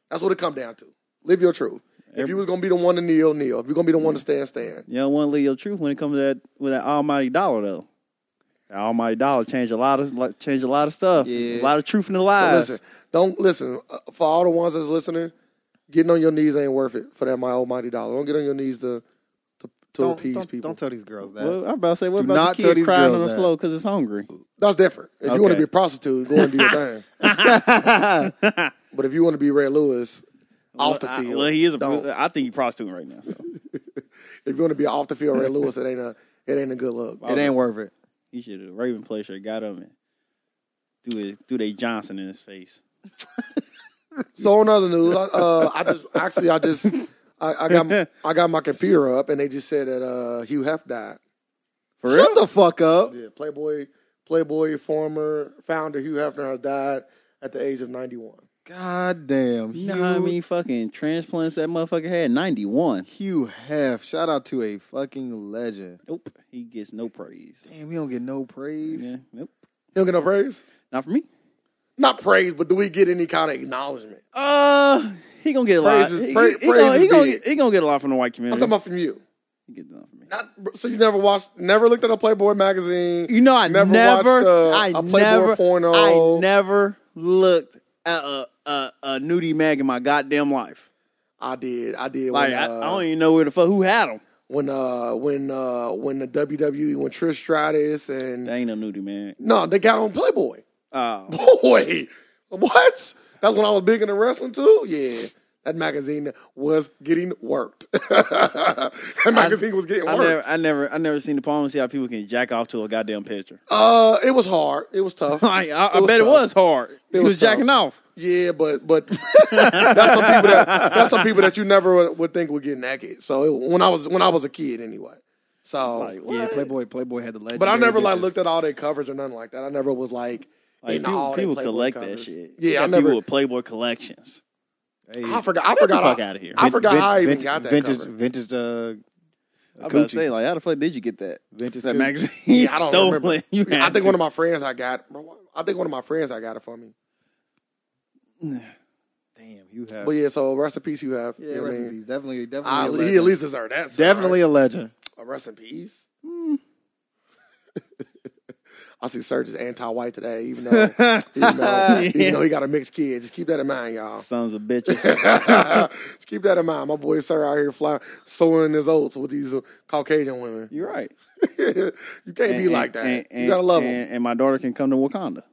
B: That's what it come down to. Live your truth. If you was gonna be the one to kneel, kneel. If you're gonna be the one to stand, stand.
A: You don't want to leave your truth when it comes to that with that almighty dollar though. That almighty dollar changed a lot of like, changed a lot of stuff.
C: Yeah.
A: A lot of truth in the lies.
B: Listen, don't listen. Uh, For all the ones that's listening, getting on your knees ain't worth it for that my almighty dollar. Don't get on your knees to to, to
C: Don't,
B: appease
C: don't,
B: people.
C: don't tell these girls that.
A: Well, I'm about to say, what
C: uh, Do
A: about
C: not
A: the
C: tell
A: kid
C: these
A: crying on
C: girls
A: the
C: that.
A: floor because it's hungry?
B: that's different. If you want
A: Okay.
B: to be a prostitute, go and do your thing. but if you want to be Ray Lewis off the
A: I-
B: field,
A: well, he is.
B: don't.
A: A, I think he's prostituting right now. So
B: if you want to be off the field Ray Lewis, it ain't a it ain't a good look.
C: it ain't worth it.
A: he should have Raven play shirt got him and threw his, threw they Johnson in his face.
B: So on other news, uh, I just actually I just I, I got I got my computer up and they just said that uh, Hugh Hef died.
A: For
C: Shut the fuck up.
B: Yeah, Playboy Playboy former founder Hugh Hefner has died at the age of ninety one.
C: God damn.
A: You know how many fucking transplants that motherfucker had? Ninety one.
C: Hugh Hef. Shout out to a fucking legend.
A: Nope. He gets no praise.
C: Damn, he don't get no praise.
A: Yeah. Nope.
B: You don't get no praise?
A: Not for me.
B: Not praise, but do we get any kind of acknowledgement?
A: Uh, he gonna get a lot.
B: Praise is-
A: he,
B: pra-
A: he gonna,
B: praise
A: he
B: is
A: gonna
B: big.
A: get, he gonna get a lot from the white
B: I'm
A: community.
B: talking about from you.
A: He get a lot from me.
B: Not so you never watched, never looked at a Playboy magazine.
A: You know, I never,
B: never, watched uh, a,
A: I
B: a Playboy
A: never,
B: porno.
A: I never looked at a, a, a nudie mag in my goddamn life.
B: I did. I did.
A: Like
B: when,
A: I,
B: uh,
A: I don't even know where the fuck who had them.
B: when uh when uh when the WWE when Trish Stratus and
A: That ain't no nudie man.
B: no they got on Playboy.
A: Oh,
B: Boy, what? That's when I was big into wrestling too. Yeah, that magazine was getting worked. that magazine was getting
A: I
B: worked.
A: never, I never, I never seen the problem. See how people can jack off to a goddamn picture.
B: uh, it was hard. It was tough.
A: Like, I, I
B: was
A: bet it
B: tough.
A: was hard. He was,
B: was tough.
A: jacking off.
B: Yeah, but but that's some people that that's some people that you never would- would think would get naked. So it, when I was when I was a kid anyway. So,
A: Like, what?
C: Yeah, Playboy, Playboy had the legend.
B: but I never like looked at all their covers or nothing like that. I never was like,
A: Like,
B: into
A: people,
B: all they
A: people
B: Playboy
A: collect
B: covers.
A: that shit.
B: Yeah,
A: You
B: I
A: got
B: never.
A: people with Playboy collections.
B: I forgot. I forgot.
A: fuck
B: I-
A: outta here.
B: I forgot how I even
C: vintage,
B: got that
C: vintage,
B: cover.
C: vintage, uh,
A: I'm about
C: Gucci.
A: to say, like, how the fuck did you get that?
C: Vintage
A: that
C: Gucci.
A: magazine?
B: Yeah, I don't
A: Stolen.
B: remember.
A: You
B: Yeah, I
A: had
B: think
A: to.
B: one of my friends I got. I think one of my friends I got it for me.
C: Damn, Hugh Hef.
B: But yeah, so rest in peace, you have.
C: yeah,
B: you know what
C: rest
B: I
C: in
B: mean?
C: peace. Definitely, definitely.
B: I-
C: a
B: he at
C: legend.
B: least deserved that. sir.
C: definitely a legend.
B: A rest in peace. I see Serge is anti-white today, even though, even, though even though he got a mixed kid. Just keep that in mind, y'all.
A: Sons of bitches.
B: Just keep that in mind. My boy Sir out here fly, sowing his oats with these uh, Caucasian women.
A: You're right.
B: you can't be
A: and-
B: like that.
A: and- and-
B: you gotta love them.
A: and, and my daughter can come to Wakanda.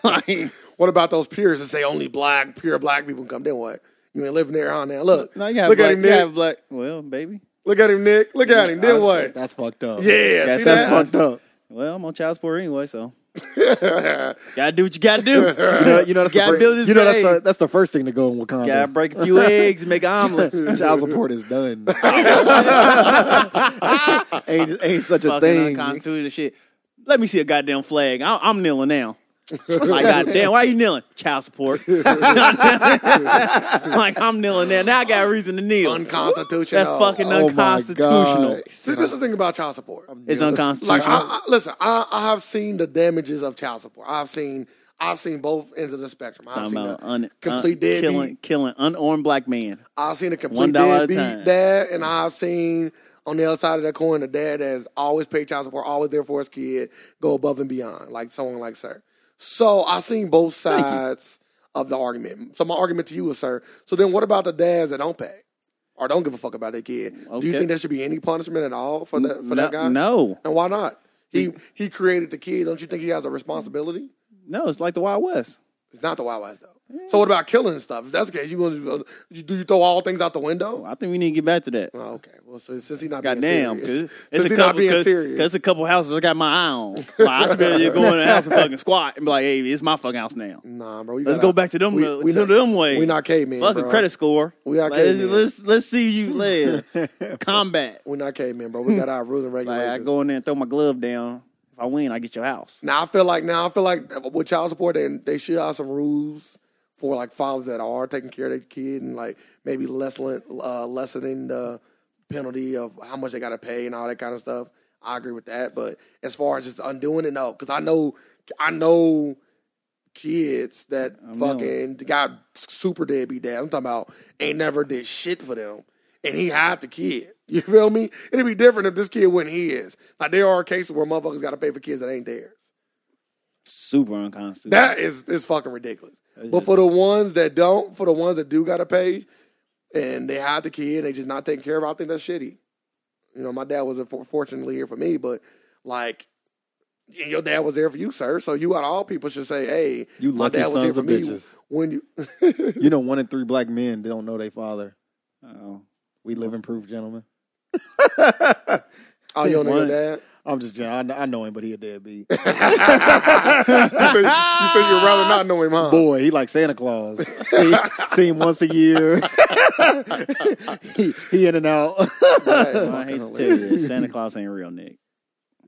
A: like,
B: What about those peers that say only black, pure black people can come? Then what? You ain't living there, huh? Now look,
A: no, you have
B: look
A: black,
B: at him,
A: you
B: Nick.
A: have black. Well, baby.
B: Look at him, Nick. Look at him. Then what?
C: That's fucked up.
B: Yeah,
A: That's- that's
B: see that?
A: fun.
C: fucked up.
A: Well, I'm on child support anyway, so gotta do what you gotta do.
C: You know, you know, that's,
A: Gotta
C: the, fir-
A: build this
C: you know that's,
A: grade.
C: the, that's the first thing to go in Wakanda.
A: gotta break a few eggs, make an omelet.
C: Child support is done. ain't ain't such a
A: Fucking
C: thing.
A: unconstitutional shit. Let me see a goddamn flag. I, I'm kneeling now. Like, goddamn, why you kneeling? Child support. like, I'm kneeling there. Now I got a reason to kneel.
B: Unconstitutional. Uh,
A: That's fucking
C: Oh my
A: unconstitutional.
C: God.
B: See, this is the thing about child support.
A: It's unconstitutional.
B: Like, I, I, listen, I, I have seen the damages of child support. I've seen, I've seen both ends of the spectrum. I've
A: Talking
B: seen
A: about
B: a
A: un,
B: complete
A: un-
B: deadbeat.
A: killing, killing unarmed black man.
B: I've seen a complete
A: One dollar at a
B: deadbeat
A: time.
B: dad, and I've seen on the other side of that coin a dad that's always paid child support, always there for his kid, go above and beyond, like someone like sir. So I've seen both sides of the argument. So my argument to you is, sir. So then, what about the dads that don't pay or don't give a fuck about their kid? Do you
A: Okay.
B: think there should be any punishment at all for that for
A: no,
B: that guy?
A: no,
B: And why not? He he created the kid. Don't you think he has a responsibility?
A: no. It's like the Wild West.
B: It's not the Wild West though. So what about killing and stuff? If that's the case, you gonna you, do you throw all things out the window?
A: I think we need to get back to that.
B: Oh, okay. Well, so, since he's not
A: Goddamn,
B: being
A: because
B: serious,
A: it's
B: since
A: a
B: he's
A: couple.
B: not being
A: cause,
B: serious,
A: 'cause a couple houses I got my eye on. Like, I should be able to go in the house and fucking squat and be like, "Hey, it's my fucking house now."
B: nah, bro. we
A: Let's
B: gotta-
A: go back to them.
B: We,
A: uh,
B: we
A: to
B: not,
A: them way.
B: We not cavemen.
A: fucking
B: bro.
A: credit score.
B: We are
A: Like, let's,
B: cavemen.
A: let's let's see you live combat.
B: We not cavemen, bro. We got our rules and
A: Like I
B: regulations.
A: go in there and throw my glove down. If I win, I get your house.
B: now I feel like now I feel like with child support, they they should have some rules for like fathers that are taking care of their kid and like maybe less uh, lessening the penalty of how much they got to pay and all that kind of stuff. I agree with that, but as far as just undoing it, no, because I know I know kids that fucking got super deadbeat dad. I'm talking about ain't never did shit for them. And he had the kid. You feel me? It'd be different if this kid wasn't his. Like there are cases where motherfuckers gotta pay for kids that ain't theirs.
A: Super unconstitutional.
B: That is is fucking ridiculous. But for the ones that don't, for the ones that do gotta pay, and they had the kid, and they just not taking care of. It, I think that's shitty. You know, my dad was for- fortunately here for me, but like, and your dad was there for you, sir. So you, out of all people, should say, "Hey,
C: You
B: my
C: lucky
B: dad was here
C: sons
B: for
C: of
B: me."
C: bitches.
B: When you,
C: You know, one in three black men don't know their father.
A: Oh.
C: We live in proof, gentlemen.
B: oh, you don't know your
A: One-
B: dad.
C: I'm just, joking. I know, I know him, but he a deadbeat.
B: You said, you said you'd rather not know him, huh?
C: Boy, he like Santa Claus. see, see him once a year. he, he in and out.
B: That is
A: I
B: fucking
A: hate to tell
B: hilarious.
A: you, this, Santa Claus ain't real, Nick.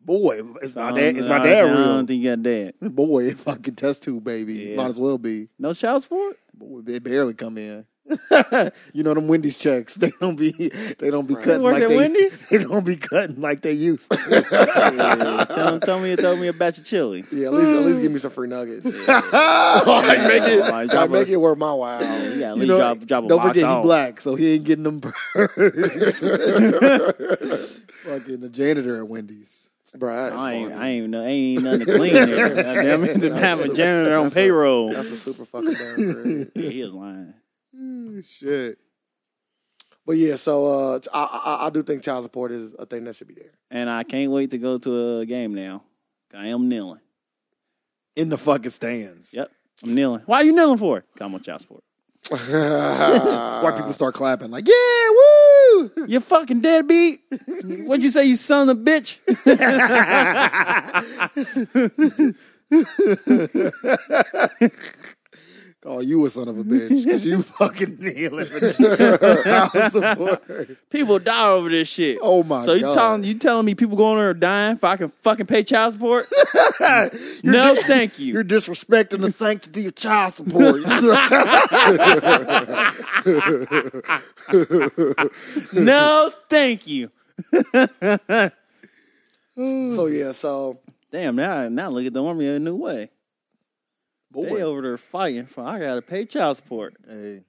C: Boy, is
A: I
C: my
A: don't-
C: dad, is my
A: I
C: dad
A: don't- I don't
C: real?
A: think you got dad.
C: Boy, fucking test tube baby.
A: Yeah.
C: Might as well be.
A: No child support.
C: Boy, they barely come in. you know them Wendy's checks. They don't be they don't be cutting
A: You work
C: like
A: at
C: they
A: Wendy's?
C: they don't be cutting like they used. to.
A: Yeah, tell, tell me, tell me about your chili.
B: Yeah, at least at least give me some free nuggets.
C: you
B: like make it,
C: Oh
A: Yeah, like,
B: like,
A: drop
B: make
A: a-
B: it worth my while.
A: You got Oh, at least
C: know,
A: drop, drop a
C: don't
A: box
C: forget he
A: off.
C: black, so he ain't getting them burgers. Fucking the janitor at Wendy's.
B: Bro, that's
A: I ain't,
B: funny.
A: I ain't even know, ain't nothing to clean there. Goddamn it, to have a janitor on
B: That's a-
A: payroll.
B: That's a super fucking downgrade.
A: Yeah, he is lying.
C: Shit.
B: But yeah, so uh, I, I I do think child support is a thing that should be there.
A: And I can't wait to go to a game now. I am kneeling.
C: In the fucking stands.
A: Yep, I'm kneeling. Why are you kneeling for? 'Cause I'm on child support.
C: White people start clapping like, yeah, woo!
A: You fucking deadbeat. What'd you say, you son of a bitch?
C: Oh, you a son of a bitch because you fucking kneeling for child support.
A: People die over this shit.
C: Oh my
A: So you
C: God.
A: telling you telling me people going there are dying if I can fucking pay child support? no, thank you.
C: You're disrespecting the sanctity of child support.
A: No, thank you.
B: so yeah, so
A: Damn, now I- now look at the army in a new way.
C: Oh,
A: They over there fighting for I gotta pay child support.
C: hey,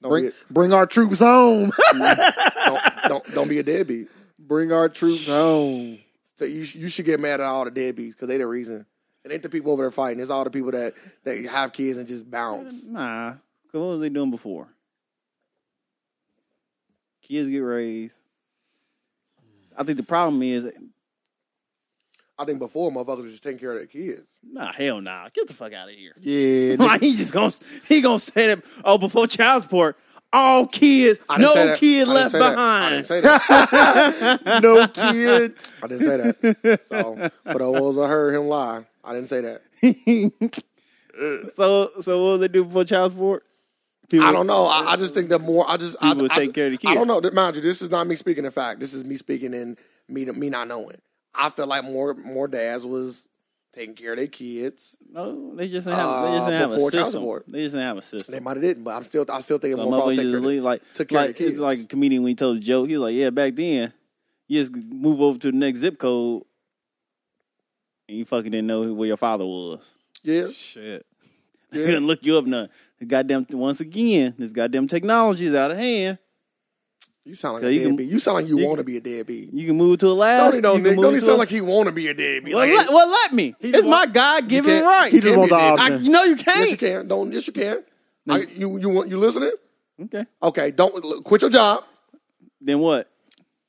B: don't be,
C: bring, bring our troops home.
B: a, don't, don't don't be a deadbeat.
C: bring our troops home.
B: So you sh- you should get mad at all the deadbeats because they the reason. It ain't the people over there fighting. It's all the people that that have kids and just bounce.
A: Nah. 'cause What was they doing before? Kids get raised. I think the problem is
B: I think before motherfuckers was just taking care of their kids.
A: nah, hell nah. Get the fuck out of here.
C: Yeah,
A: Like he just gonna he gonna say that oh before child support, all kids,
B: I didn't say
A: no
B: that.
A: kid
B: I didn't
A: left
B: say that. I didn't
A: behind.
B: say that.
C: no kid.
B: I didn't say that. So, but I was I heard him lie. I didn't say that.
A: so so what do they do before child support? People-
B: I don't know. I, I just think that more. I just I,
A: People would
B: I-
A: take care of the
B: I
A: kid.
B: don't know. Mind you, this is not me speaking in fact. This is me speaking in me me not knowing. I feel like more more dads was taking care of their kids.
A: No, they just didn't have, they just
B: Uh,
A: didn't have a
B: before
A: system.
B: child support.
A: They just didn't have a system.
B: They might have didn't, but I'm still I still thinking
A: Like,
B: more
A: motherfuckers
B: take care
A: just
B: of
A: leave, like,
B: took care of
A: like
B: the kids.
A: it's like a comedian when he told a joke. He was like, "Yeah, back then, you just move over to the next zip code, and you fucking didn't know who- where your father was.
B: Yeah.
C: Shit.
A: He didn't look you up none. The goddamn once again, this goddamn technology is out of hand.
B: You sound like
A: So
B: a
A: you can-
B: deadbeat. you sound like you,
A: you
B: want to be a deadbeat.
A: You can move to
B: Don't
A: Alaska.
B: he know
A: you can
B: Nick?
A: move
B: Don't he
A: to-
B: sound like he want to be a deadbeat?
A: Well,
B: Like,
A: let, well, let me. It's
D: just
A: my God given
B: can't-
A: right.
C: He just
B: Give me
C: want the
B: a dick.
A: I,
C: option.
A: no, you
B: yes, you
A: can't.
B: can. Don't. Yes, you can. I, you you want you listening?
A: Okay.
B: Okay. Don't look, quit your job
A: Then what?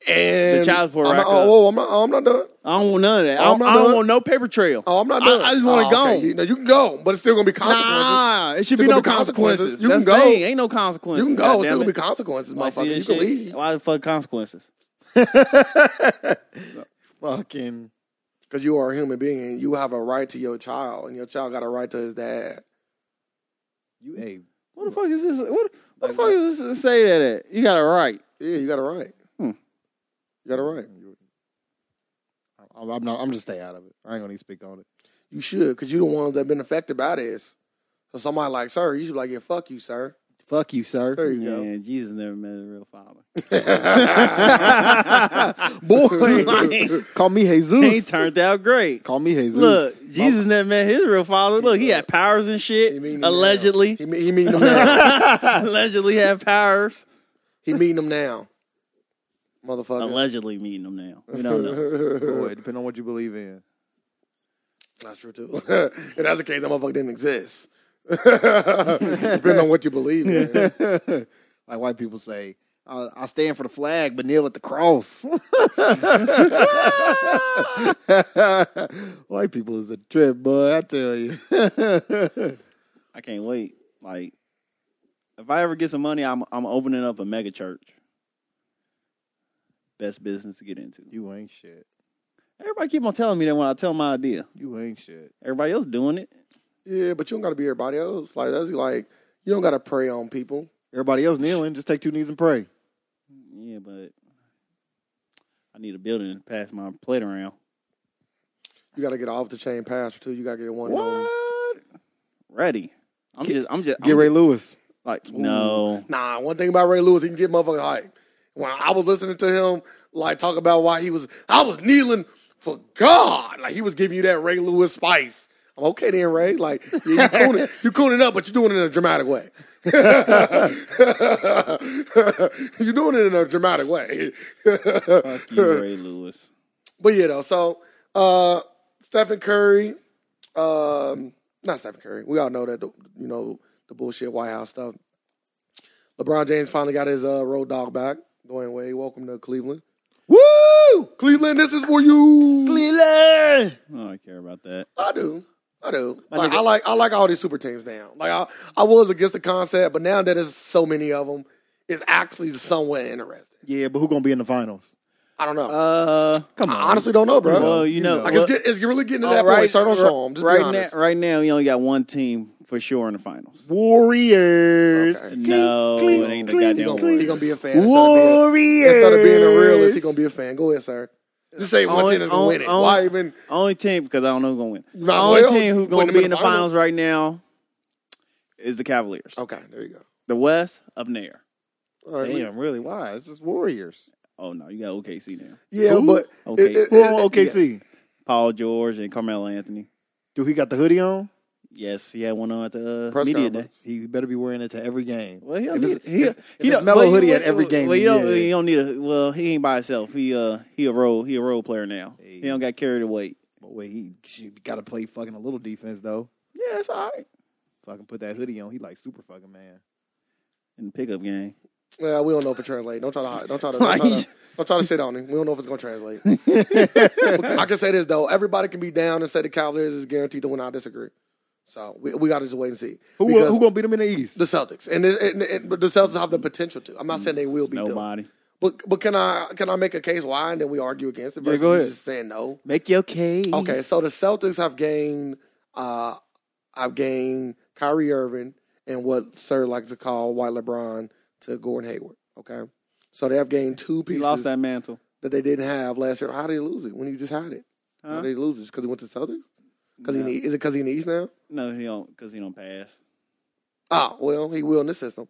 B: and
A: The child support
B: I'm
A: rack
B: not,
A: up.
B: oh, oh, I'm not. Oh, I'm not done.
A: I don't want none of that. I
B: I'm
A: don't,
B: not
A: I don't
B: done.
A: want no paper trail.
B: Oh, I'm not
A: I-
B: done.
A: I just wanna
B: Oh, okay.
A: go.
B: You, no, you can go, but it's still gonna be consequences.
A: Nah, it should
B: There
A: be
B: gonna
A: no
B: be consequences.
A: consequences.
B: You
A: That's
B: can
A: the
B: go.
A: thing. Ain't no consequences.
B: You can go.
A: God
B: There's
A: damn
B: gonna be
A: it.
B: consequences,
A: Why see
B: motherfucker.
A: that
B: You can
A: shit?
B: leave
A: Why the fuck consequences?
C: Fucking.
B: because you are a human being and you have a right to your child, and your child got a right to his dad.
C: You a
A: What the fuck is this? What, what the fuck is this? Say that at? You got it right.
B: Yeah, you got a right.
A: Hmm.
B: You got a right.
C: I'm I'm not. I'm just stay out of it. I ain't gonna even speak on it.
B: You should, because you the ones that been affected by this. So somebody like, sir, you should be like, yeah, fuck you, sir.
C: Fuck you, sir.
B: There you go.
A: Man, Jesus never met a real father.
C: Boy, call me
A: he
C: Jesus.
A: turned out great.
C: Call me Jesus.
A: Look, Jesus never met his real father. Look, he had powers and
B: He
A: shit.
B: mean them now.
A: Allegedly,
B: He, mean- he mean them now.
A: allegedly had powers.
B: he mean them now. Motherfucker.
A: Allegedly meeting them now. We don't know.
C: Boy, depending on what you believe in.
B: That's true, too. and that's the case, that motherfucker didn't exist. Depending on what you believe in.
C: Like white people say, I, I stand for the flag, but kneel at the cross. white people is a trip, boy. I tell you.
A: I can't wait. Like, if I ever get some money, I'm I'm opening up a mega church. Best business to get into.
C: you ain't shit.
A: Everybody keep on telling me that when I tell my idea.
C: You ain't shit.
A: Everybody else doing it.
B: Yeah, but you don't got to be everybody else. Like, that's like, you don't got to prey on people.
C: Everybody else kneeling, just take two knees and pray.
A: Yeah, but I need a building to pass my plate around.
B: You got to get off the chain pastor, too. You got to get one. on-
A: Ready. I'm just I'm just
C: Get
A: I'm
C: Ray Lewis.
A: like no.
B: Nah, one thing about Ray Lewis, he can get motherfucking hype. When I was listening to him, like talk about why he was, I was kneeling for God. Like he was giving you that Ray Lewis spice. I'm okay then, Ray. Like yeah, you cool it, you cool it up, but you're doing it in a dramatic way. you're doing it in a dramatic way.
A: Fuck you, Ray Lewis.
B: But yeah, though. So uh, Stephen Curry, um, not Stephen Curry. We all know that the, you know the bullshit White House stuff. LeBron James finally got his uh, road dog back. Dwayne Wade, welcome to Cleveland. Woo, Cleveland, this is for you.
C: Cleveland.
A: I don't care about that.
B: I do. I do. Like, I like I like all these super teams now. Like I, I was against the concept, but now that there's so many of them, it's actually somewhat interesting.
C: Yeah, but who gonna be in the finals?
B: I don't know.
A: Uh
C: Come
B: I honestly don't know, bro.
A: well, you know,
B: like
A: well,
B: it's, get, it's really getting to
A: all
B: that
A: right-
B: point. So don't
A: right-
B: show them. Just
A: right
B: be honest.
A: now, right now, you only got one team for sure in the finals.
C: Warriors.
B: Okay.
A: No, it ain't the
B: He
A: goddamn
B: gonna, he
A: Warriors.
B: gonna be a fan. Instead of, being, instead of being a realist, he gonna be a fan. Go ahead, sir. Just say one
A: Only-
B: team is gonna win it.
A: only-
B: Why even?
A: Only team because I don't know who's gonna win.
B: You might as
A: only
B: well.
A: team who's
B: Putting
A: gonna
B: them
A: be in the finals. right now is the Cavaliers.
C: Oh.
B: Okay, there you go.
A: The West up there.
B: All right,
C: Damn, really? Why? It's just Warriors.
A: Oh no, you got OKC now.
B: yeah,
C: Who?
B: but
A: Okay.
B: it- it-
C: Who
B: it-
C: on OKC?
A: Paul George and Carmelo Anthony.
C: Do he got the hoodie on?
A: Yes, he had one on at the uh,
B: Press
A: media
B: conference.
A: day.
C: He better be wearing it to every game.
A: Well, he'll
C: If
A: be,
C: it's-
A: he
C: if-
A: he
C: if it's
A: don't
C: mellow
A: well,
C: hoodie
A: he-
C: at every game.
A: Well, he don't,
C: yeah.
A: he don't need a well. He ain't by himself. He uh he a role he a role player now. He don't got carried away.
C: But wait, he, got to play fucking a little defense though.
A: Yeah, that's all right.
C: Fucking put that hoodie on. He like super fucking man.
A: In the pickup game,
B: Well, we don't know if it translates. Don't try to hide- don't try to don't
A: Why
B: try
A: you-
B: to, don't try to shit on him. We don't know if it's gonna translate. I can say this though: everybody can be down and say the Cavaliers is guaranteed to win. I disagree. So we, we got to just wait and see.
D: uh,
C: Who
B: Because
C: who gonna beat him in the East?
B: the Celtics and, it- and, and but the Celtics have the potential to. I'm not saying they will be. done.
A: nobody.
B: But but can I can I make a case why and then we argue against it? versus
C: go
B: you
C: ahead.
B: Just saying no.
C: Make your case.
B: Okay, so the Celtics have gained uh I've gained Kyrie Irving and what Sir likes to call White LeBron to Gordon Hayward. Okay. So they have gained two
A: He
B: pieces
A: lost that mantle.
B: that they didn't have last year. How did he lose it when you just had it? How
A: Huh?
B: did he lose it? Just because he went to the Celtics? Cause
A: No.
B: he need, is it because he needs now?
A: No, he don't because he don't pass.
B: Ah, well, he will in this system.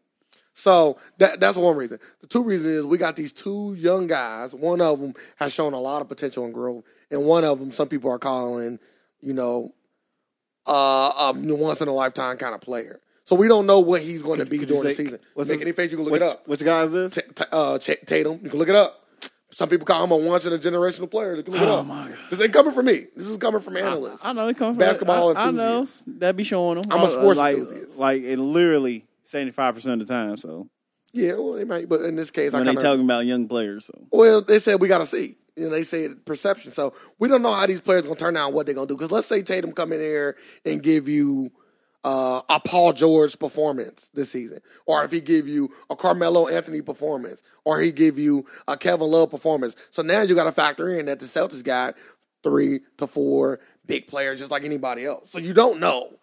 B: So that that's one reason. The two reason is we got these two young guys. One of them has shown a lot of potential and growth, and one of them some people are calling, you know, uh, a once in a lifetime kind of player. So we don't know what he's going to be
D: could you
B: during the
D: say-
B: season.
D: what's
B: Make
D: his-
B: any page you can look
D: Which,
B: it up.
D: which guy is this?
B: T- t- uh, Ch- Tatum, you can look it up. Some people call him a once in a generational player. You can look it
A: Oh,
B: up.
A: my God.
B: This ain't coming from me. This is coming from analysts.
A: I know it comes from
B: Basketball
A: I, I know
B: enthusiast.
A: that be showing them.
B: I'm a sports
A: like,
B: enthusiast.
A: Like it literally seventy five percent of the time. So
B: Yeah, well, they might, but in this case, I
A: when they
B: kind of
A: talking about young players, so
B: Well, they said we got to see. You know, they said perception. So we don't know how these players gonna turn out, and what they're gonna do. Because let's say Tatum come in here and give you uh, a Paul George performance this season, or if he give you a Carmelo Anthony performance, or he give you a Kevin Love performance. So now you got to factor in that the Celtics got three to four big players, just like anybody else. So you don't know.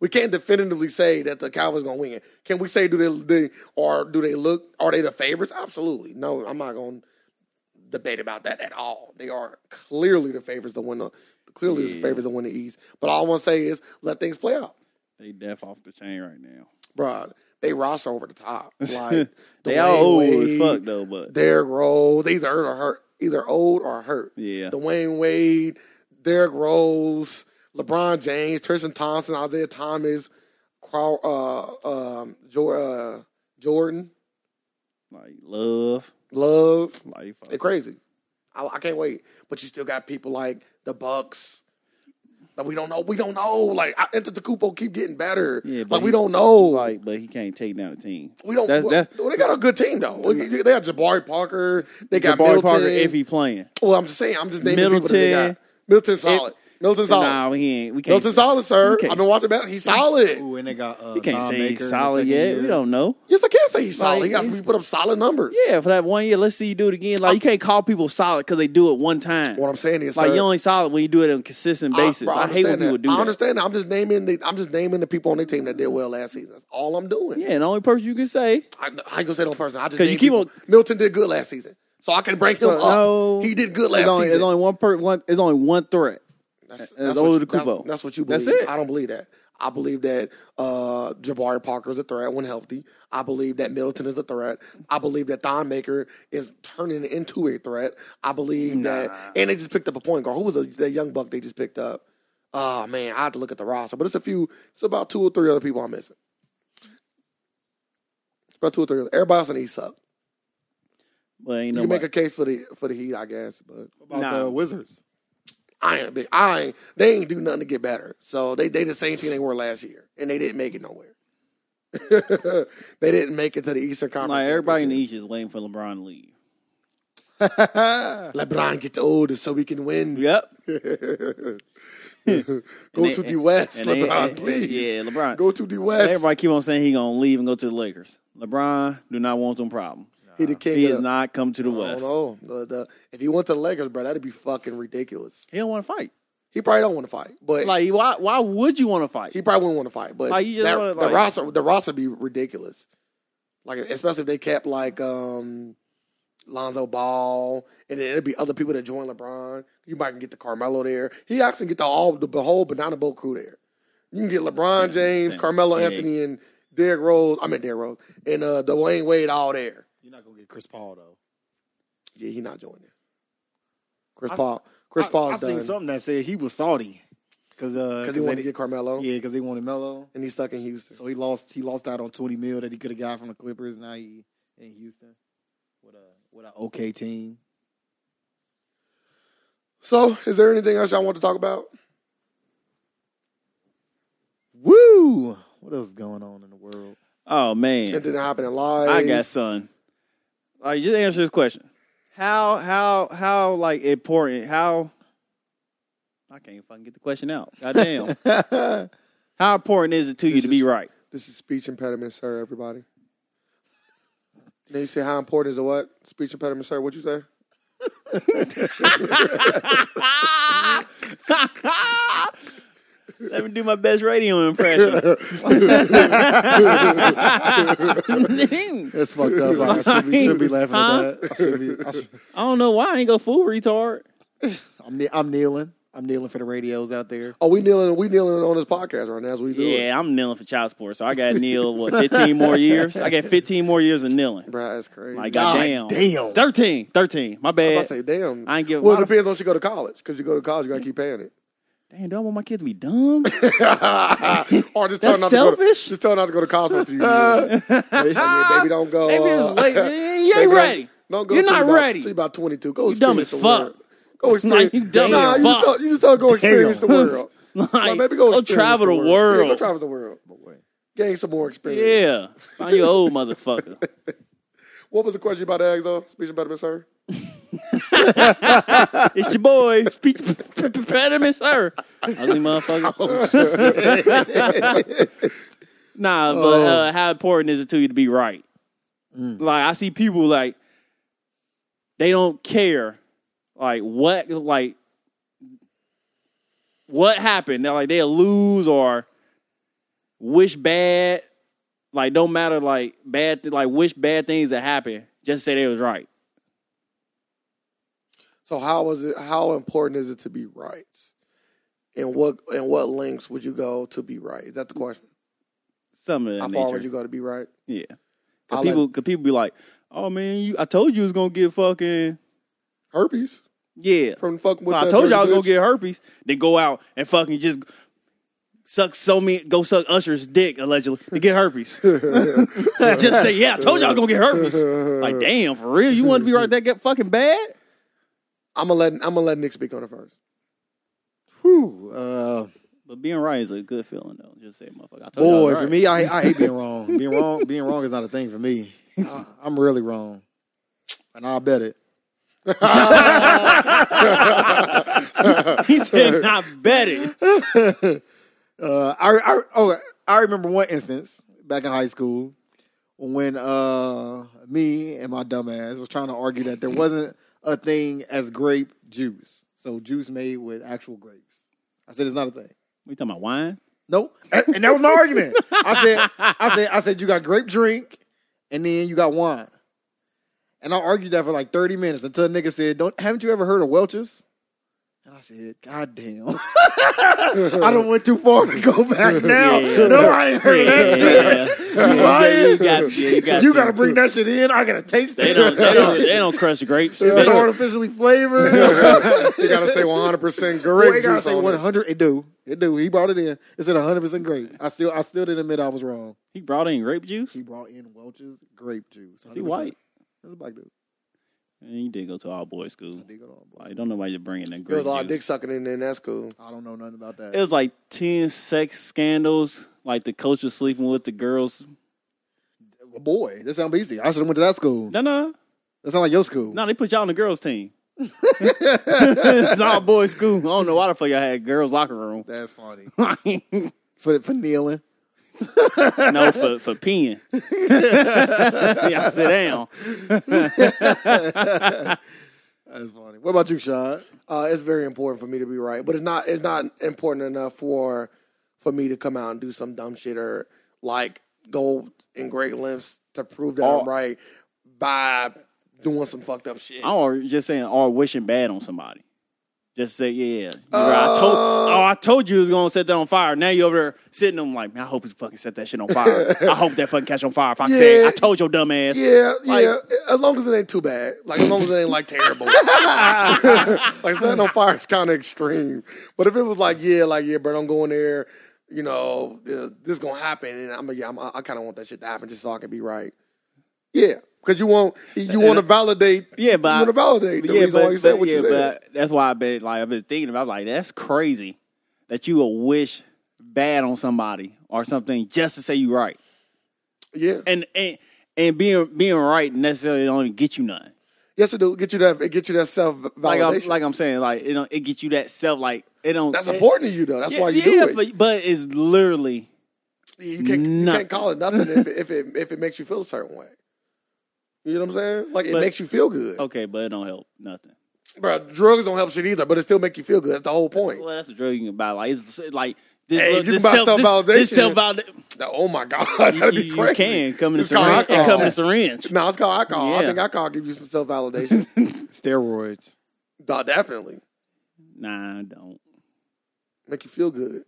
B: We can't definitively say that the Cowboys gonna win it. Can we say do they, they or do they look are they the favorites? Absolutely. No, I'm not gonna debate about that at all. They are clearly the favorites to win the clearly the favorites to win the East. But all I want to say is let things play out,
A: they deaf off the chain right now.
B: bro. They roster over the top. Like
A: They all old
B: Dwayne
A: as fuck though, but
B: Derrick Rose, they either hurt or hurt, either old or hurt.
A: Yeah.
B: Dwayne Wade, Derrick Rose, LeBron James, Tristan Thompson, Isaiah Thomas, Crow, uh, um, Jor- uh, Jordan,
A: like love,
B: Love.
A: like fuck.
B: They're crazy. I, I can't wait. But you still got people like the Bucks. Like we don't know. We don't know. Like I, Antetokounmpo keep getting better.
A: Yeah, but
B: like we
A: he-
B: don't know. Like
A: like, but he can't take down a team.
B: we don't.
A: That's, that's
B: well, they got a good team though. Look, They got Jabari Parker. They got
A: Jabari
B: Middleton.
A: Parker if he playing.
B: well, I'm just saying. I'm just naming Middleton. People that they
A: Middleton.
B: got. Middleton's solid. Middleton's solid.
A: Nah, he ain't. We can't.
B: Middleton's solid, sir.
A: can't
B: I've been watching that. He's solid.
D: Ooh, and they got. Uh,
A: You can't
D: Thon
A: say
D: Maker in
A: he's
D: the
A: solid
D: second
A: yet.
D: year.
A: We don't know.
B: Yes, I can say he's solid.
A: Like,
B: he got
A: he-
B: he put up solid numbers.
A: Yeah, for that one year, let's see you do it again. Like you can't call people solid because they do it one time.
B: What I'm saying is,
A: like
B: sir,
A: you're only solid when you do it on a consistent basis.
B: bro,
A: I, hate when
B: understand
A: people
B: that.
A: do
B: I
A: that.
B: understand that. I'm just naming the I'm just naming the people on their team that did well last season. That's all I'm doing.
A: Yeah, and the only person you can say,
B: I, I ain't gonna say no person. I just
A: 'Cause
B: name
A: you keep
B: people.
A: on-
B: Milton did good last season, so I can break him up.
A: No.
B: he did good
A: it's
B: last
A: only, it's
B: season.
A: only one per one. It's only one threat.
B: that's,
A: it's only
B: what
A: the
B: you, that's,
A: Kupo.
B: that's what you
A: That's
B: believe.
A: it.
B: I don't believe that. I believe that uh, Jabari Parker is a threat when healthy. I believe that Middleton is a threat. I believe that Don Maker is turning into a threat. I believe that, and they just picked up a point guard. Who was the, the young buck they just picked up? Oh man, I had to look at the roster, but it's a few. It's about two or three other people I'm missing. About two or three. other- Everybody else in the East suck.
A: But ain't
B: You
A: no
B: can make a case for the for the Heat, I guess, but
D: What About
A: Nah.
D: the Wizards.
B: I ain't a big. I ain't. They ain't do nothing to get better. So they they the same team they were last year, and they didn't make it nowhere. they didn't make it to the Eastern Conference.
A: like everybody in the East is waiting for LeBron to leave.
B: LeBron gets older so we can win.
A: Yep.
B: Go
A: And
B: to
A: they-
B: the West,
A: and they-
B: LeBron,
A: and-
B: please.
A: Yeah, LeBron.
B: Go to the
A: And
B: West.
A: everybody keep on saying he gonna leave and go to the Lakers. LeBron do not want them problem.
B: he the king.
A: He
B: of
A: has
B: the-
A: not come to the
B: I
A: West.
B: don't know. The- the- if he went to the Lakers, bro, that'd be fucking ridiculous.
A: He don't want to fight.
B: He probably don't want to fight, but
A: Like why? Why would you want to fight?
B: He probably wouldn't want to fight, but
A: Like, you just
B: that-
A: wanna,
B: the
A: like-
B: roster the roster be ridiculous. Like especially if they kept like um Lonzo Ball, and then it'd be other people that join LeBron. You might can get the Carmelo there. He actually get the all the whole banana boat crew there. You can get LeBron
A: Same,
B: James,
A: same.
B: Carmelo
A: Yeah.
B: Anthony, and Derrick Rose. I mean Derrick Rose and uh, Dwayne Wade all there.
D: You're not gonna get Chris Paul though.
B: Yeah, he not joining. Chris
D: I-
B: Paul. Chris
D: I,
B: Paul's
D: I seen
B: done
D: something that said he was salty because
B: because he wanted to get Carmelo,
D: yeah because they wanted Melo.
B: and he's stuck in Houston.
D: So he lost. He lost out on twenty mil that he could have got from the Clippers. Now he in Houston with a with an okay team.
B: So, is there anything else y'all want to talk about?
D: Woo! What else is going on in the world?
A: oh man.
B: Anything that happened in life?
A: I got son. Like, just answer this question: How, how, how, like important? How? I can't even fucking get the question out. Goddamn! how important is it to you
B: This
A: to be
B: is-
A: right?
B: This is speech impediment, sir, everybody. Then you say, how important is it what? Speech impediment, sir. What you say?
A: Let me do my best radio impression.
D: That's fucked up. Like, I should be, should be laughing
A: Huh?
D: at that. I should be. I should,
A: I don't know why I ain't go full retard.
D: I'm, kne- I'm kneeling.
C: I'm kneeling for the radios out there.
B: Oh, we kneeling, we kneeling on this podcast right now as we do it.
A: Yeah, I'm kneeling for child support, so I got to kneel what 15 more years. I got 15 more years of kneeling.
B: Bruh, that's crazy.
A: Like
B: I
A: goddamn,
C: damn.
A: 13, 13. My
B: was about
A: bad.
B: to say, damn.
A: I ain't give a
B: well, it
A: lot of- Mm.
B: depends on if she go to college. Because you go to college, you gotta keep paying it.
A: Damn, do I want my kids to be dumb?
B: or just tell her
A: That's
B: not to go to,
A: selfish?
B: just tell her not to go to college for a few years. Like, yeah, baby, don't go.
A: Maybe
B: uh,
A: it's late. man. You
B: baby,
A: ain't
B: don't-
A: ready.
B: Don't go.
A: You're
B: till
A: not
B: about,
A: ready.
B: Till you about 22. Go.
A: You dumb
B: experience
A: as
B: the world.
A: fuck.
B: Go experience.
A: you dumb
B: nah,
A: as
B: you Just
A: fuck.
B: tell, you just tell her go experience the world.
A: Like,
B: Like, baby, go,
A: go
B: experience
A: travel the
B: Yeah, go
A: world.
B: travel the world. Gain some more experience.
A: Yeah, find you old motherfucker.
B: What was the question you about to ask though? Speech impediment, sir.
A: It's your boy, speech impediment, sir. Ugly motherfucker. nah, but uh, how important is it to you to be right? Like I see people like they don't care, like what, like what happened. They're like they'll lose or wish bad, like don't matter, like bad, like wish bad things that happen. Just say they was right.
B: So how is it? How important is it to be right? And what and what lengths would you go to be right? Is that the question?
A: Some of that
B: How
A: nature.
B: far would you go to be right?
A: Yeah.
B: I'll
A: Cause people, could people be like, "Oh man, you, I told you it was gonna get fucking
B: Herpes
A: yeah."
B: from fucking with.
A: I
B: that
A: told you I was
B: dirty
A: gonna
B: bitch.
A: get herpes. Then go out and fucking just suck so many, go suck Usher's dick allegedly to get herpes. just say, "Yeah, I told you I was gonna get herpes." Like, damn, for real, you want to be right that get fucking bad?
B: I'm gonna let I'm gonna let Nick speak on it first.
C: Whew. Uh,
A: But being right is a good feeling though. Just say, "Motherfucker, I told you." I
C: boy,
A: was
C: for
A: right."
C: me, I, I hate being wrong. being wrong, being wrong is not a thing for me. I, I'm really wrong, and I'll bet it.
A: he said, "I bet it."
C: Uh, I, I oh I remember one instance back in high school when uh me and my dumbass was trying to argue that there wasn't a thing as grape juice. So juice made with actual grapes. I said it's not a thing.
A: We talking about wine?
C: Nope. And and that was my argument. I said, I said, I said, you got grape drink, and then you got wine. And I argued that for like 30 minutes until a nigga said, Don't haven't you ever heard of Welch's? And I said, God damn. I don't went too far to go back now.
A: Yeah.
C: No, I ain't heard of that shit.
A: Yeah. Yeah, you got, yeah, you got,
C: You gotta bring that shit in. I gotta taste
A: They
C: it.
A: don't, they don't, they don't crush grapes.
C: It's
A: They-
C: artificially flavored.
B: you gotta say 100 percent
C: Well,
B: grape
C: it gotta
B: juice
C: say
B: on it.
C: 100. It do. It do. He brought it in. It said 100% grape. I still, I still didn't admit I was wrong.
A: He brought in grape juice.
C: He brought in Welch's grape juice.
A: Is he white?
C: That's a black dude.
A: And he did go to all boys school.
C: I think I don't-
A: I don't know why you're bringing in
B: There
A: grape
B: was a lot of dick
A: juice.
B: sucking in there, and that's cool.
C: I don't know nothing about that.
A: It was like ten sex scandals. Like the coach was sleeping with the girls.
C: Boy, that sounds beastie. I should have went to that school.
A: No, no,
C: That sound like your school.
A: no. They put y'all on the girls team. it's all boys school. I don't know why the fuck y'all had girls locker room.
C: That's funny.
A: no
C: For for kneeling.
A: for for peeing. y'all sit down.
C: That's funny. What about you, Shad?
B: Uh, it's very important for me to be right, but it's not it's not important enough for for me to come out and do some dumb shit or like go in great lengths to prove that
A: Oh.
B: I'm right by doing some fucked up shit.
A: I'm or just saying or wishing bad on somebody. Just say, yeah, yeah. You're right. I told,
B: Uh.
A: oh, I told you it was gonna set that on fire. Now you over there sitting them like, man, I hope you fucking set that shit on fire. I hope that fucking catch on fire. If I say,
B: Yeah.
A: I told your dumb ass.
B: Yeah,
A: Like-
B: yeah. As long as it ain't too bad. Like as long as it ain't like terrible. like setting on fire is kind of extreme. But if it was like, yeah, like yeah, bro, don't go in there. You know, uh, this gonna happen, and I'm like, yeah, I'm, I kind of want that shit to happen just so I can be right. Yeah, because you want you want to validate.
A: Yeah, but
B: you
A: I-
B: want to validate the
A: yeah,
B: reason why you
A: but,
B: said
A: but-
B: what
A: yeah,
B: you said.
A: but that's why I been like I've been thinking about like that's crazy that you will wish bad on somebody or something just to say you right.
B: yeah,
A: And and and being being right necessarily don't even get you nothing.
B: yes, it do get you that. It get you that self
A: Like I'm
B: validation.
A: like I'm saying, like it don't it get you that self like it don't
B: that's
A: it-
B: important to you though. That's why you do it.
A: But, but it's literally
B: you can't you
A: Nothing.
B: can't call it nothing if it, if it if it makes you feel a certain way. You know what I'm saying? Like it
A: But-
B: makes you feel good,
A: okay, but it don't help nothing.
B: bro. Drugs don't help shit either, but it still make you feel good. That's the whole point.
A: Well, that's a drug you can buy. Like it's like this.
B: Hey,
A: little-
B: if you
A: this
B: can buy
A: self, this, this self
B: self-validation,
A: validation.
B: Now, oh my god,
A: You,
B: that'd be
A: you- you
B: crazy.
A: can come in a
B: It's called
A: syringe.
B: alcohol.
A: Come in a syringe.
B: No, it's called alcohol.
A: Yeah.
B: I think alcohol give you some self validation.
C: Steroids.
B: definitely.
A: Nah, I don't.
B: Make you feel good.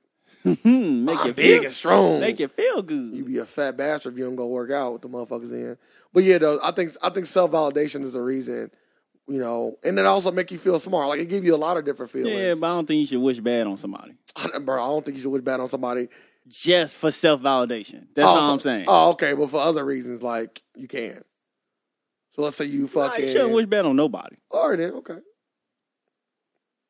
A: make
B: I'm
A: you
B: Ah, big
A: feel,
B: and strong.
A: make you feel good.
B: you be a fat bastard if you don't go work out with the motherfuckers in. But yeah, though, I think I think self validation is the reason, you know, and it also make you feel smart. Like it give you a lot of different feelings.
A: yeah, but I don't think you should wish bad on somebody
B: bro, I don't think you should wish bad on somebody.
A: just for self validation. That's
B: Oh,
A: all
B: so-
A: I'm saying.
B: Oh, okay, but for other reasons, like you can. So let's say you
A: Nah, you
B: fucking.
A: shouldn't wish bad on nobody
B: All right, then okay.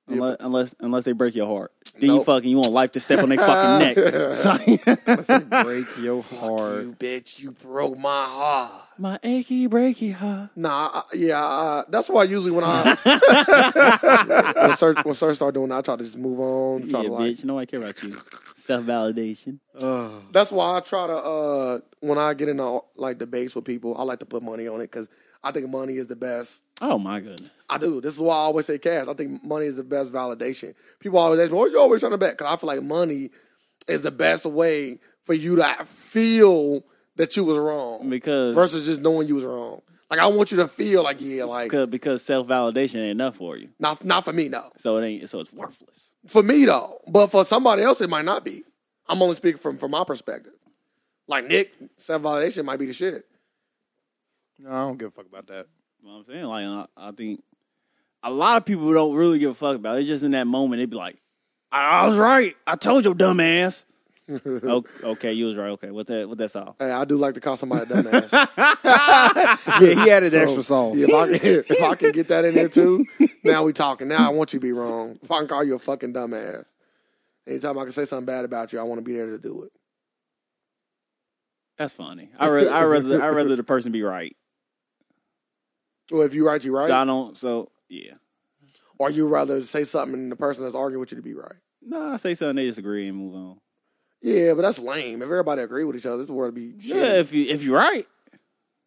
B: Yeah.
A: unless unless, unless they break your heart. Then you
B: Nope.
A: fucking you want life to step on their fucking neck. So-
D: break your heart.
B: You bitch, you broke my heart.
A: my achy breaky heart.
B: Nah, I, yeah, I, that's why usually when I when Sir when Sir start doing, that, I try to just move on.
A: Yeah,
B: Try to like,
A: bitch. Nobody care about you. Self validation.
D: Ugh.
B: that's why I try to uh when I get into like debates with people, I like to put money on it because I think money is the best.
A: Oh my goodness.
B: I do. This is why I always say cash. I think money is the best validation. People always ask me, "Oh, you always trying to bet?" Because I feel like money is the best way for you to feel that you was wrong
A: Because
B: versus just knowing you was wrong. Like I want you to feel like yeah, like
A: because, self validation ain't enough for you.
B: not not for me no.
A: So it ain't so it's worthless.
B: for me though, but for somebody else it might not be. I'm only speaking from from my perspective. Like Nick, self validation might be the shit.
D: No, I don't give a fuck about that.
A: You know what I'm saying? Like I, I think a lot of people don't really give a fuck about it. It's just in that moment they'd be like, I, I was right. I told your dumb ass. okay, okay, you was right. Okay, what that what that's all.
B: Hey, I do like to call somebody a dumbass.
C: Yeah, he added the extra sauce.
B: if, I, can- if I can get that in there too, now we talking. Now I want you to be wrong. If I can call you a fucking dumbass, anytime I can say something bad about you, I want to be there to do it.
A: That's funny. I rather I rather I rather the person be right.
B: Well, if you right, you right.
A: So I don't so yeah.
B: or you rather say something and the person that's arguing with you to be right.
A: No, I say something they disagree and move on.
B: Yeah, but that's lame. If everybody agree with each other, this world would be shit.
A: Yeah, if you if you're right.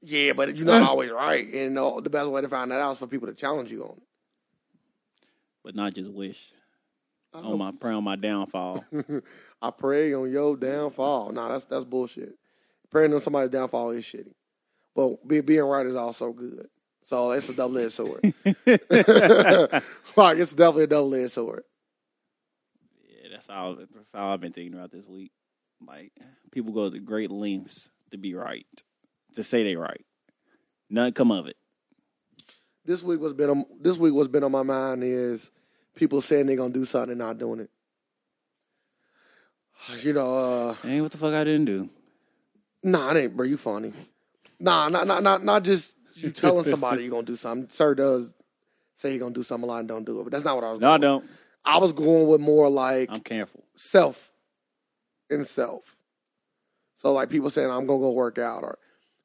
B: Yeah, but you're not always right. And uh, the best way to find that out is for people to challenge you on it.
A: But not just wish.
B: I
A: on Oh my pray on my downfall.
B: I pray on your downfall. Nah, that's that's bullshit. Praying on somebody's downfall is shitty, but be, being right is also good. So it's a double edged sword. like it's definitely a double edged sword.
A: Yeah, that's all. That's all I've been thinking about this week. Like people go to great lengths to be right, to say they right. None come of it.
B: This week what's been on, this week what's been on my mind is people saying they're gonna do something and not doing it. You know, uh,
A: Hey, what the fuck I didn't do?
B: nah, it ain't, bro. You funny. Nah, not not not not just you telling somebody you're gonna do something. Sir does say he gonna do something a lot and don't do it, but that's not what I was.
A: No, I
B: going
A: don't.
B: I was going with more like
A: I'm careful.
B: self and self. So like people saying I'm gonna go work out, or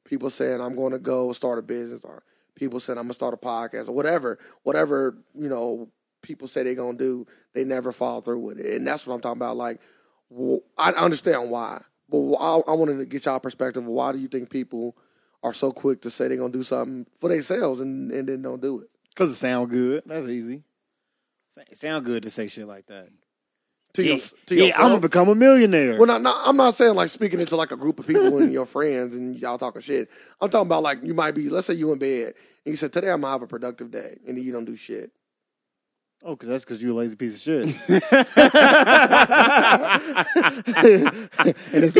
B: people saying I'm gonna go start a business, or people saying I'm gonna start a podcast, or whatever, whatever you know. People say they're gonna do, they never follow through with it, and that's what I'm talking about. Like, wh- I understand why, but wh- I, I wanted to get y'all perspective. Why do you think people are so quick to say they're gonna do something for themselves and and then don't do it?
D: Because it sound good. That's easy. It sound good to say shit like that.
B: To
D: Yeah,
B: your- to
D: yeah,
B: yourself?
D: I'm gonna become a millionaire.
B: Well, not, not, I'm not saying like speaking it to like a group of people and your friends and y'all talking shit. I'm talking about like you might be, let's say you in bed and you said, today I'm gonna have a productive day and then you don't do shit.
D: Oh, because that's because you a lazy piece of shit. And it's-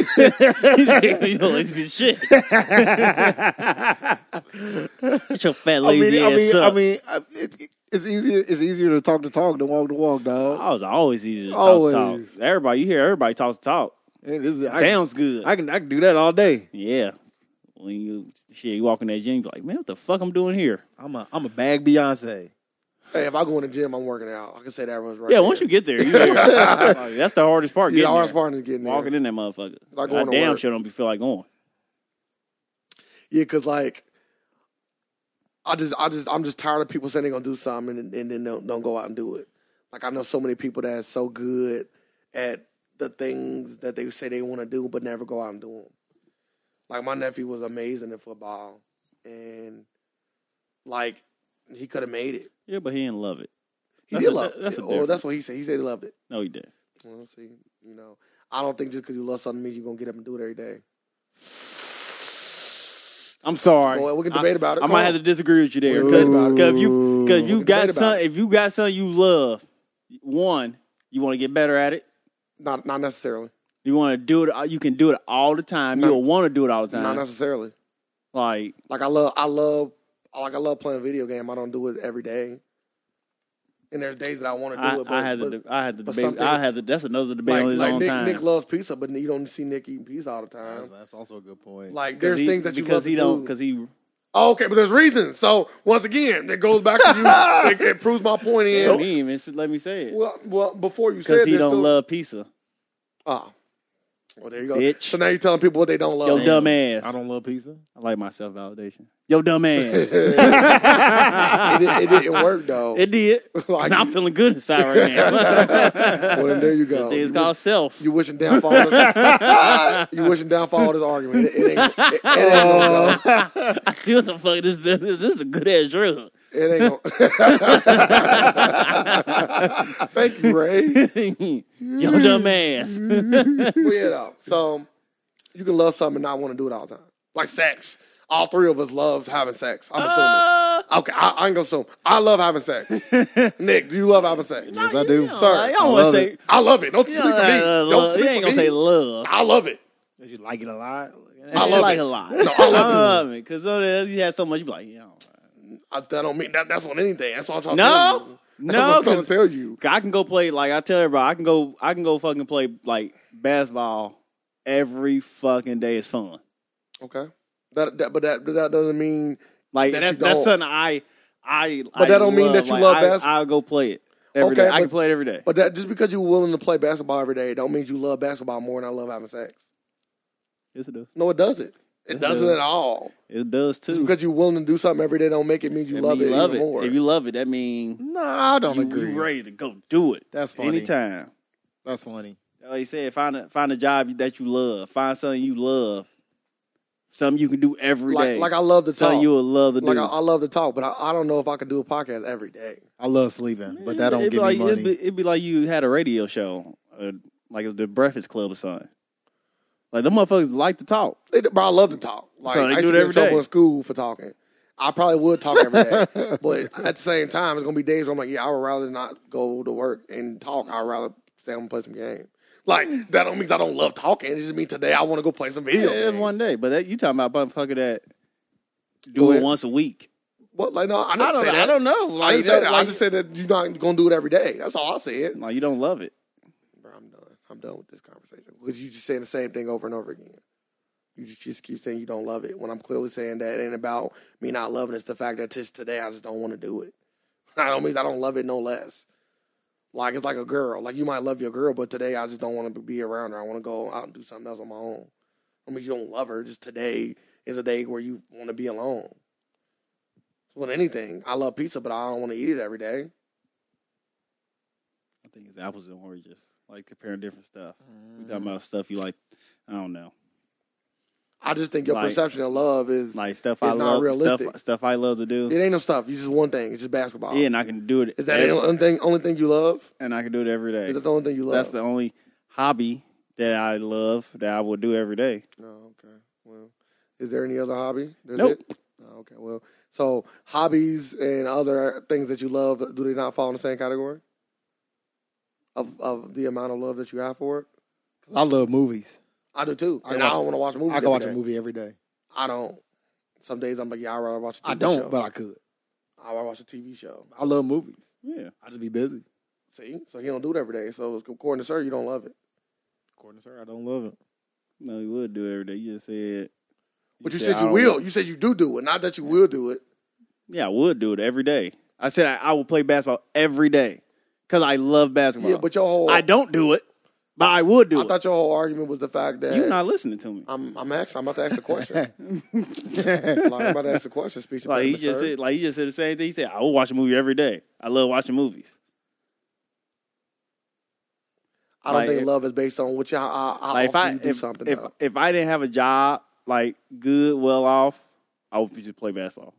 A: He's like, you lazy piece of shit. Get your fat
D: I
A: lazy
D: mean, I mean,
A: ass
D: I
A: up. I,
D: mean, I- it, it- it's easier. It's easier to talk the talk than walk the walk, dog.
A: was always easy to talk talk.
D: Always.
A: Everybody, you hear everybody talk talk.
D: And this is- I,
A: Sounds good.
D: I can I can do that all day.
A: yeah. When you shit, you walk in that gym, you be like, man, what the fuck I'm doing here?
D: I'm a I'm a bag Beyonce.
B: Hey, if I go in the gym, I'm working out. I can say that everyone's right.
A: Yeah, once you get there, you Like, that's the hardest part.
B: get
A: getting
B: yeah, our
A: there.
B: partner's getting there.
A: walking in that motherfucker.
B: Like
A: I
B: going to
A: damn
B: work.
A: sure don't be feel like going.
B: Yeah, cause like I just I just I'm just tired of people saying they're gonna do something and, and then don't, don't go out and do it. Like I know so many people that's so good at the things that they say they want to do but never go out and do them. Like my nephew was amazing at football, and like he could have made it.
A: Yeah, but he didn't love it.
B: He
A: That's
B: did
A: a-
B: love
A: that's a
B: it. Or that's what he said. He said he loved it.
A: No, he did.
B: Well, see, you know, I don't think just because you love something means you're gonna get up and do it every day.
A: I'm sorry.
B: Well, we can debate
A: I,
B: about
A: I
B: it. Come
A: might
B: on.
A: have to disagree with you there.
B: We
A: Because
B: can debate about it.
A: if you because
B: We
A: you
B: can
A: got
B: debate about
A: some
B: it.
A: if you got something you love, one, you want to get better at it.
B: Not not necessarily.
A: You want to do it. You can do it all the time.
B: No.
A: You'll want to do it all the
B: Not
A: time.
B: necessarily.
A: like
B: Like I love I love like I love playing a video game. I don't do it every day. And there's days that I want to do
A: I,
B: it, but,
A: I had
B: but
A: the, I had the
B: but
A: debate.
B: something-
A: I had the. That's another debate
B: like,
A: on his
B: like
A: own
B: Nick,
A: time.
B: Nick loves pizza, but you don't see Nick eating pizza all the time.
D: That's, that's also a good point.
B: Like
A: 'Cause
B: there's
A: he-
B: things that you
A: because
B: love
A: he
B: to
A: don't
B: do.
A: because he
B: Oh, okay, but there's reasons. So once again, it goes back to you. it, it proves my point.
A: Damn,
B: In
A: he even s- let me say it
B: well, well, before you
A: because
B: said
A: he
B: this,
A: don't
B: Phil-
A: love pizza.
B: Oh, well, there you go.
A: Bitch.
B: So now you're telling people what they don't love.
A: Yo, dumb ass.
D: I don't love pizza.
A: I like my self validation. Yo, dumb ass.
B: it, did- it didn't work though.
A: it did.
B: Like-
A: And I'm feeling good inside right now.
B: well, then there you
A: it's
B: go. Oh, You,
A: called self.
B: you wishing down for all this, you wishing down for all this argument. It, it ain't, it, it ain't gonna go.
A: I see what the fuck this is. This is a good ass drug.
B: It ain't gonna. Thank you, Ray.
A: Yo, dumb ass.
B: Mm. But yeah, though. So you can love something and not want to do it all the time. Like sex. All three of us love having sex. I'm assuming.
A: Uh,
B: Okay, I, I ain't gonna assume. I love having sex. Nick, do you love having sex?
D: Yes, I do.
A: you know,
B: Sir,
A: like, I
B: I
A: don't want to
D: love
A: say.
D: it.
B: I love it. Don't
A: You
B: speak to me.
A: know,
B: Don't
A: love-
B: speak
A: you
B: to
A: ain't gonna
B: me.
A: say love.
B: I love it.
D: I just like it a lot.
B: I love
A: like
B: it.
A: a lot.
B: No, I love it.
A: because otherwise you oh, had so much. You be like, you know,
B: I, that don't mean that. That's on anything. That's what I'm trying to tell
A: no,
B: you. That's what
A: no,
B: I'm trying to
A: 'cause
B: tell you.
A: I can go play. Like I tell everybody, I can go. I can go fucking play like basketball every fucking day. It's fun.
B: Okay. That, that but that but that doesn't mean
A: Like
B: That
A: that's
B: you
A: that's
B: don't.
A: something I I.
B: But
A: I
B: that don't mean that you
A: like,
B: love
A: I,
B: bas-
A: I'll go play it every
B: Okay,
A: day. I can
B: but-
A: play it every day.
B: but that just because you're willing to play basketball every day don't mean you love basketball more than I love having sex.
A: Yes, it does.
B: No, it doesn't. It doesn't at all.
A: It does
B: Just
A: too.
B: because you're willing to do something every day don't make it mean you
A: That
B: love
A: mean
B: it
A: you love
B: even more.
A: If you love it, that means
D: No, I don't
A: you,
D: agree.
A: you ready to go do it.
D: That's funny.
A: anytime.
D: That's funny.
A: Like you said, find a find a job that you love. Find something you love. Something you can do every day.
B: like, like I love to
A: something
B: talk.
A: you will love to
B: like
A: do.
B: I, I love to talk, but I, I don't know if I could do a podcast every day.
D: I love sleeping, but that don't
A: It'd be
D: give
A: like,
D: me money.
A: It'd be, it'd be like you had a radio show, uh, like the Breakfast Club or something. Like them motherfuckers like to talk.
B: They do- But I love to talk. Like
A: So they
B: I used
A: do it
B: to be in
A: every
B: trouble
A: day.
B: in school for talking. I probably would talk every day, but at the same time, it's gonna be days where I'm like, yeah, I would rather not go to work and talk. I'd rather stay home and play some game. Like that don't mean I don't love talking. It just means today I want to go play some video.
A: Yeah,
B: games.
A: one day, but that, you talking about motherfucker that
B: Go
A: do it
B: ahead.
A: once a week?
B: What? Like no, I didn't
A: I don't.
B: say that.
A: I don't know.
B: I
A: Like,
B: didn't say that. I
A: like-
B: just said that you're not gonna do it every day. That's all I said.
A: like, you don't love it.
B: bro, I'm done. I'm done with this conversation. Because you just saying the same thing over and over again. You just, just keep saying you don't love it when I'm clearly saying that it ain't about me not loving. it. It's the fact that just today I just don't want to do it. I don't mean I don't love it no less. Like it's like a girl. Like you might love your girl, but today I just don't want to be around her. I want to go out and do something else on my own. I mean you don't love her. Just today is a day where you want to be alone. With anything, I love pizza, but I don't want to eat it every day.
A: I think it's apples and oranges. Like comparing different stuff. We
B: Mm.
A: talking about stuff you like. I don't know.
B: I just think your
A: Like-
B: perception of love is
A: Like stuff
B: It's
A: I
B: not
A: love.
B: realistic.
A: Stuff, stuff I love to do.
B: It ain't no stuff. It's just one thing. It's just basketball.
A: Yeah, and I can do it.
B: Is that
A: every-
B: the only thing, only thing you love?
A: and I can do it every day.
B: Is that the only thing you love?
A: That's the only hobby that I love that I will do every day.
B: Oh, okay. Well, is there any other hobby? That's
A: Nope.
B: it? Oh, okay. Well, so hobbies and other things that you love, do they not fall in the same category? Of of the amount of love that you have for it?
D: I love movies.
B: I do too.
D: I
B: and
D: watch-
B: I don't want to watch movies.
D: I can watch a
B: every day.
D: movie every day.
B: I don't. Some days I'm like, yeah, I'd rather watch a TV
D: I don't,
B: show.
D: but I could.
B: I'd rather watch a TV show.
D: I love movies.
A: Yeah.
D: I just be busy.
B: See? So he don't do it every day. So according to sir, you don't love it.
D: According to her, I don't love it.
A: No, you would do it every day. You just said.
B: But you, said,
A: I
B: you
A: don't-
B: will. You said you do do it. Not that you will do it.
A: Yeah, I would do it every day. I said I, I will play basketball every day because I love basketball.
B: Yeah, but your whole
A: I don't do it, but I would do
B: I
A: it.
B: thought your whole argument was the fact that
A: You're not listening to me.
B: I'm I'm actually I'm about to ask a question. like, I'm about to ask a question. Speech
A: Like he
B: impediment,
A: just
B: sir.
A: said, like he just said the same thing. He said, "I will watch a movie every day. I love watching movies."
B: I don't
A: like,
B: think
A: if-
B: love is based on what you how, how how
A: Like if I
B: often Oh, you do
A: if,
B: something.
A: if,
B: though.
A: if I didn't have a job, like good, well off, I would just play basketball.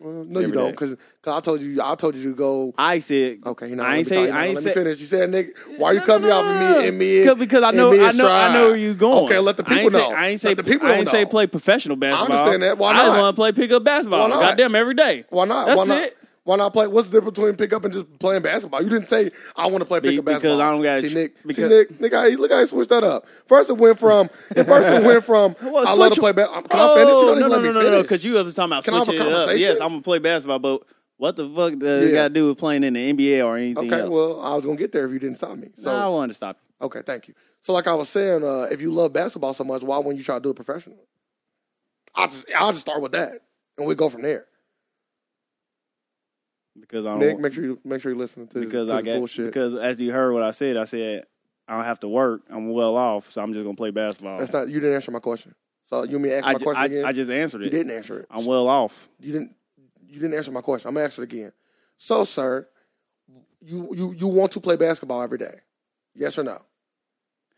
B: Well, no, you
A: every
B: don't
A: day.
B: because I told you I told you to go.
A: I said,
B: Okay, you know
A: I ain't say, I ain't
B: let
A: say,
B: me finish. You said, "Nick, why you
A: No,
B: cutting me
A: no,
B: off
A: no,
B: in me
A: no.
B: and me?"
A: Cause- because I
B: in
A: know
B: me
A: I
B: and
A: know I know
B: stride?
A: where you're going.
B: Okay, let the
A: I ain't
B: people
A: say-
B: know.
A: I ain't say
B: Let the people
A: I ain't
B: know.
A: say play professional basketball.
B: understand that. Why
A: I
B: not?
A: want to play pickup basketball.
B: Why not?
A: Goddamn, every day.
B: Why not?
A: That's
B: why not?
A: it.
B: Why not play? What's the difference between pickup and just playing basketball? You didn't say I want to play pickup
A: Because
B: basketball.
A: I don't gotta
B: see
A: tr-
B: Nick.
A: because-
B: see Nick. Nick, how he, look how he switched that up. First it went from. At first it went from.
A: Well,
B: I love
A: switch-
B: to play basketball. Can I finish? You
A: Oh
B: don't
A: no
B: even
A: no
B: let me
A: no no no!
B: finish.
A: Because you was talking about
B: Can I have a
A: switching it up.
B: conversation?
A: Yes, I'm gonna play basketball, but what the fuck does it
B: Yeah.
A: got to do with playing in the NBA or anything
B: Okay,
A: else?
B: well, I was gonna get there if you didn't stop me. So
A: Nah, I wanted to stop. you.
B: okay, thank you. So like I was saying, uh, if you love basketball so much, why wouldn't you try to do it professionally? I just I'll just start with that, and we go from there.
A: Because I don't
B: Nick,
A: want-
B: make sure you make sure you listen to this,
A: because
B: to
A: I
B: this
A: got
B: bullshit.
A: because as you heard what I said, I said I don't have to work. I'm well off, so I'm just gonna play basketball.
B: That's not you didn't answer my question. So you mean ask
A: I,
B: my
A: ju-
B: question
A: I-
B: again?
A: I just answered
B: you
A: it.
B: didn't answer it.
A: I'm well off.
B: you didn't you didn't answer my question. I'm gonna ask it again. So, sir, you you you want to play basketball every day? Yes or no?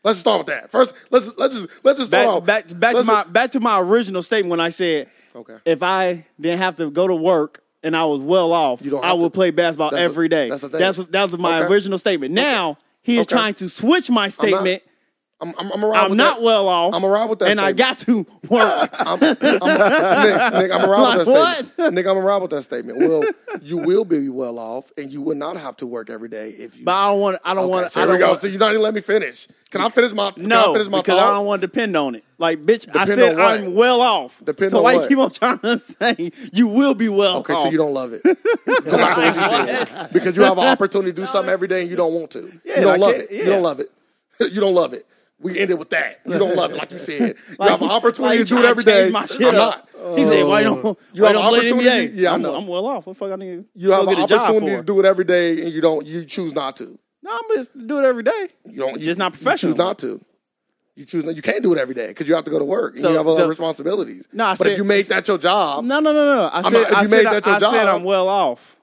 B: Let's start with that first. Let's let's just let's just start
A: Back
B: off.
A: back back to
B: let's-
A: my back to my original statement when I said
B: okay.
A: if I didn't have to go to work and I was well off,
B: You don't
A: I
B: have
A: would
B: to-
A: play basketball
B: that's the-
A: every day.
B: that's the thing.
A: what- that was my
B: Okay.
A: original statement. Now he is
B: Okay.
A: trying to switch my statement.
B: I'm I'm, I'm, a ride
A: I'm,
B: with
A: not
B: that.
A: well off.
B: I'ma ride with that
A: And I
B: statement.
A: got to work.
B: I'm, I'm, Nick, Nick, I'm a ride with that
A: Like,
B: statement. Nick, I'm a ride with that statement. Well, you will be well off, and you will not have to work every day if you.
A: but I don't want. I don't
B: Okay,
A: want.
B: so
A: I
B: here
A: don't
B: we go.
A: want-
B: so you're not even let me finish. Can I finish my? can I
A: No,
B: finish my
A: because
B: thought?
A: I don't want to depend on it. Like, bitch, I
B: Depend
A: said
B: on what?
A: I'm well off.
B: Depend
A: so
B: on
A: why you
B: what?
A: keep on trying to say you will be well
B: Okay,
A: off?
B: so you don't love it. Go back to what you said. Because you have an opportunity to do something every day and you don't want to.
A: Yeah,
B: you don't
A: like
B: love
A: it-
B: it. You don't
A: yeah.
B: love it. You don't love it. We ended with that. You don't love it, like you said. You have an
A: Like,
B: opportunity
A: like,
B: to do
A: trying
B: it every day.
A: change My shit
B: I'm
A: up.
B: not.
A: he said, "Why
B: Oh. Mm-hmm.
A: don't you why
B: have
A: don't play the
B: opportunity-
A: NBA?
B: yeah, I
A: I'm,
B: know.
A: I'm well off. What the fuck I need?
B: You have
A: go
B: an
A: get a job
B: opportunity
A: for?
B: to do it every day and you don't you choose not to.
A: No, I'm just do it every day.
B: You don't
A: It's
B: you,
A: just not
B: You
A: professional.
B: choose not to. You choose not, you can't do it every day because you have to go to work and
A: So-
B: you have other
A: so-
B: responsibilities.
A: No, I
B: but
A: said-
B: if you make that your job,
A: No, no, no, no. I said,
B: not- if
A: I,
B: you made
A: said,
B: that
A: I,
B: your
A: I said
B: job-
A: I'm well off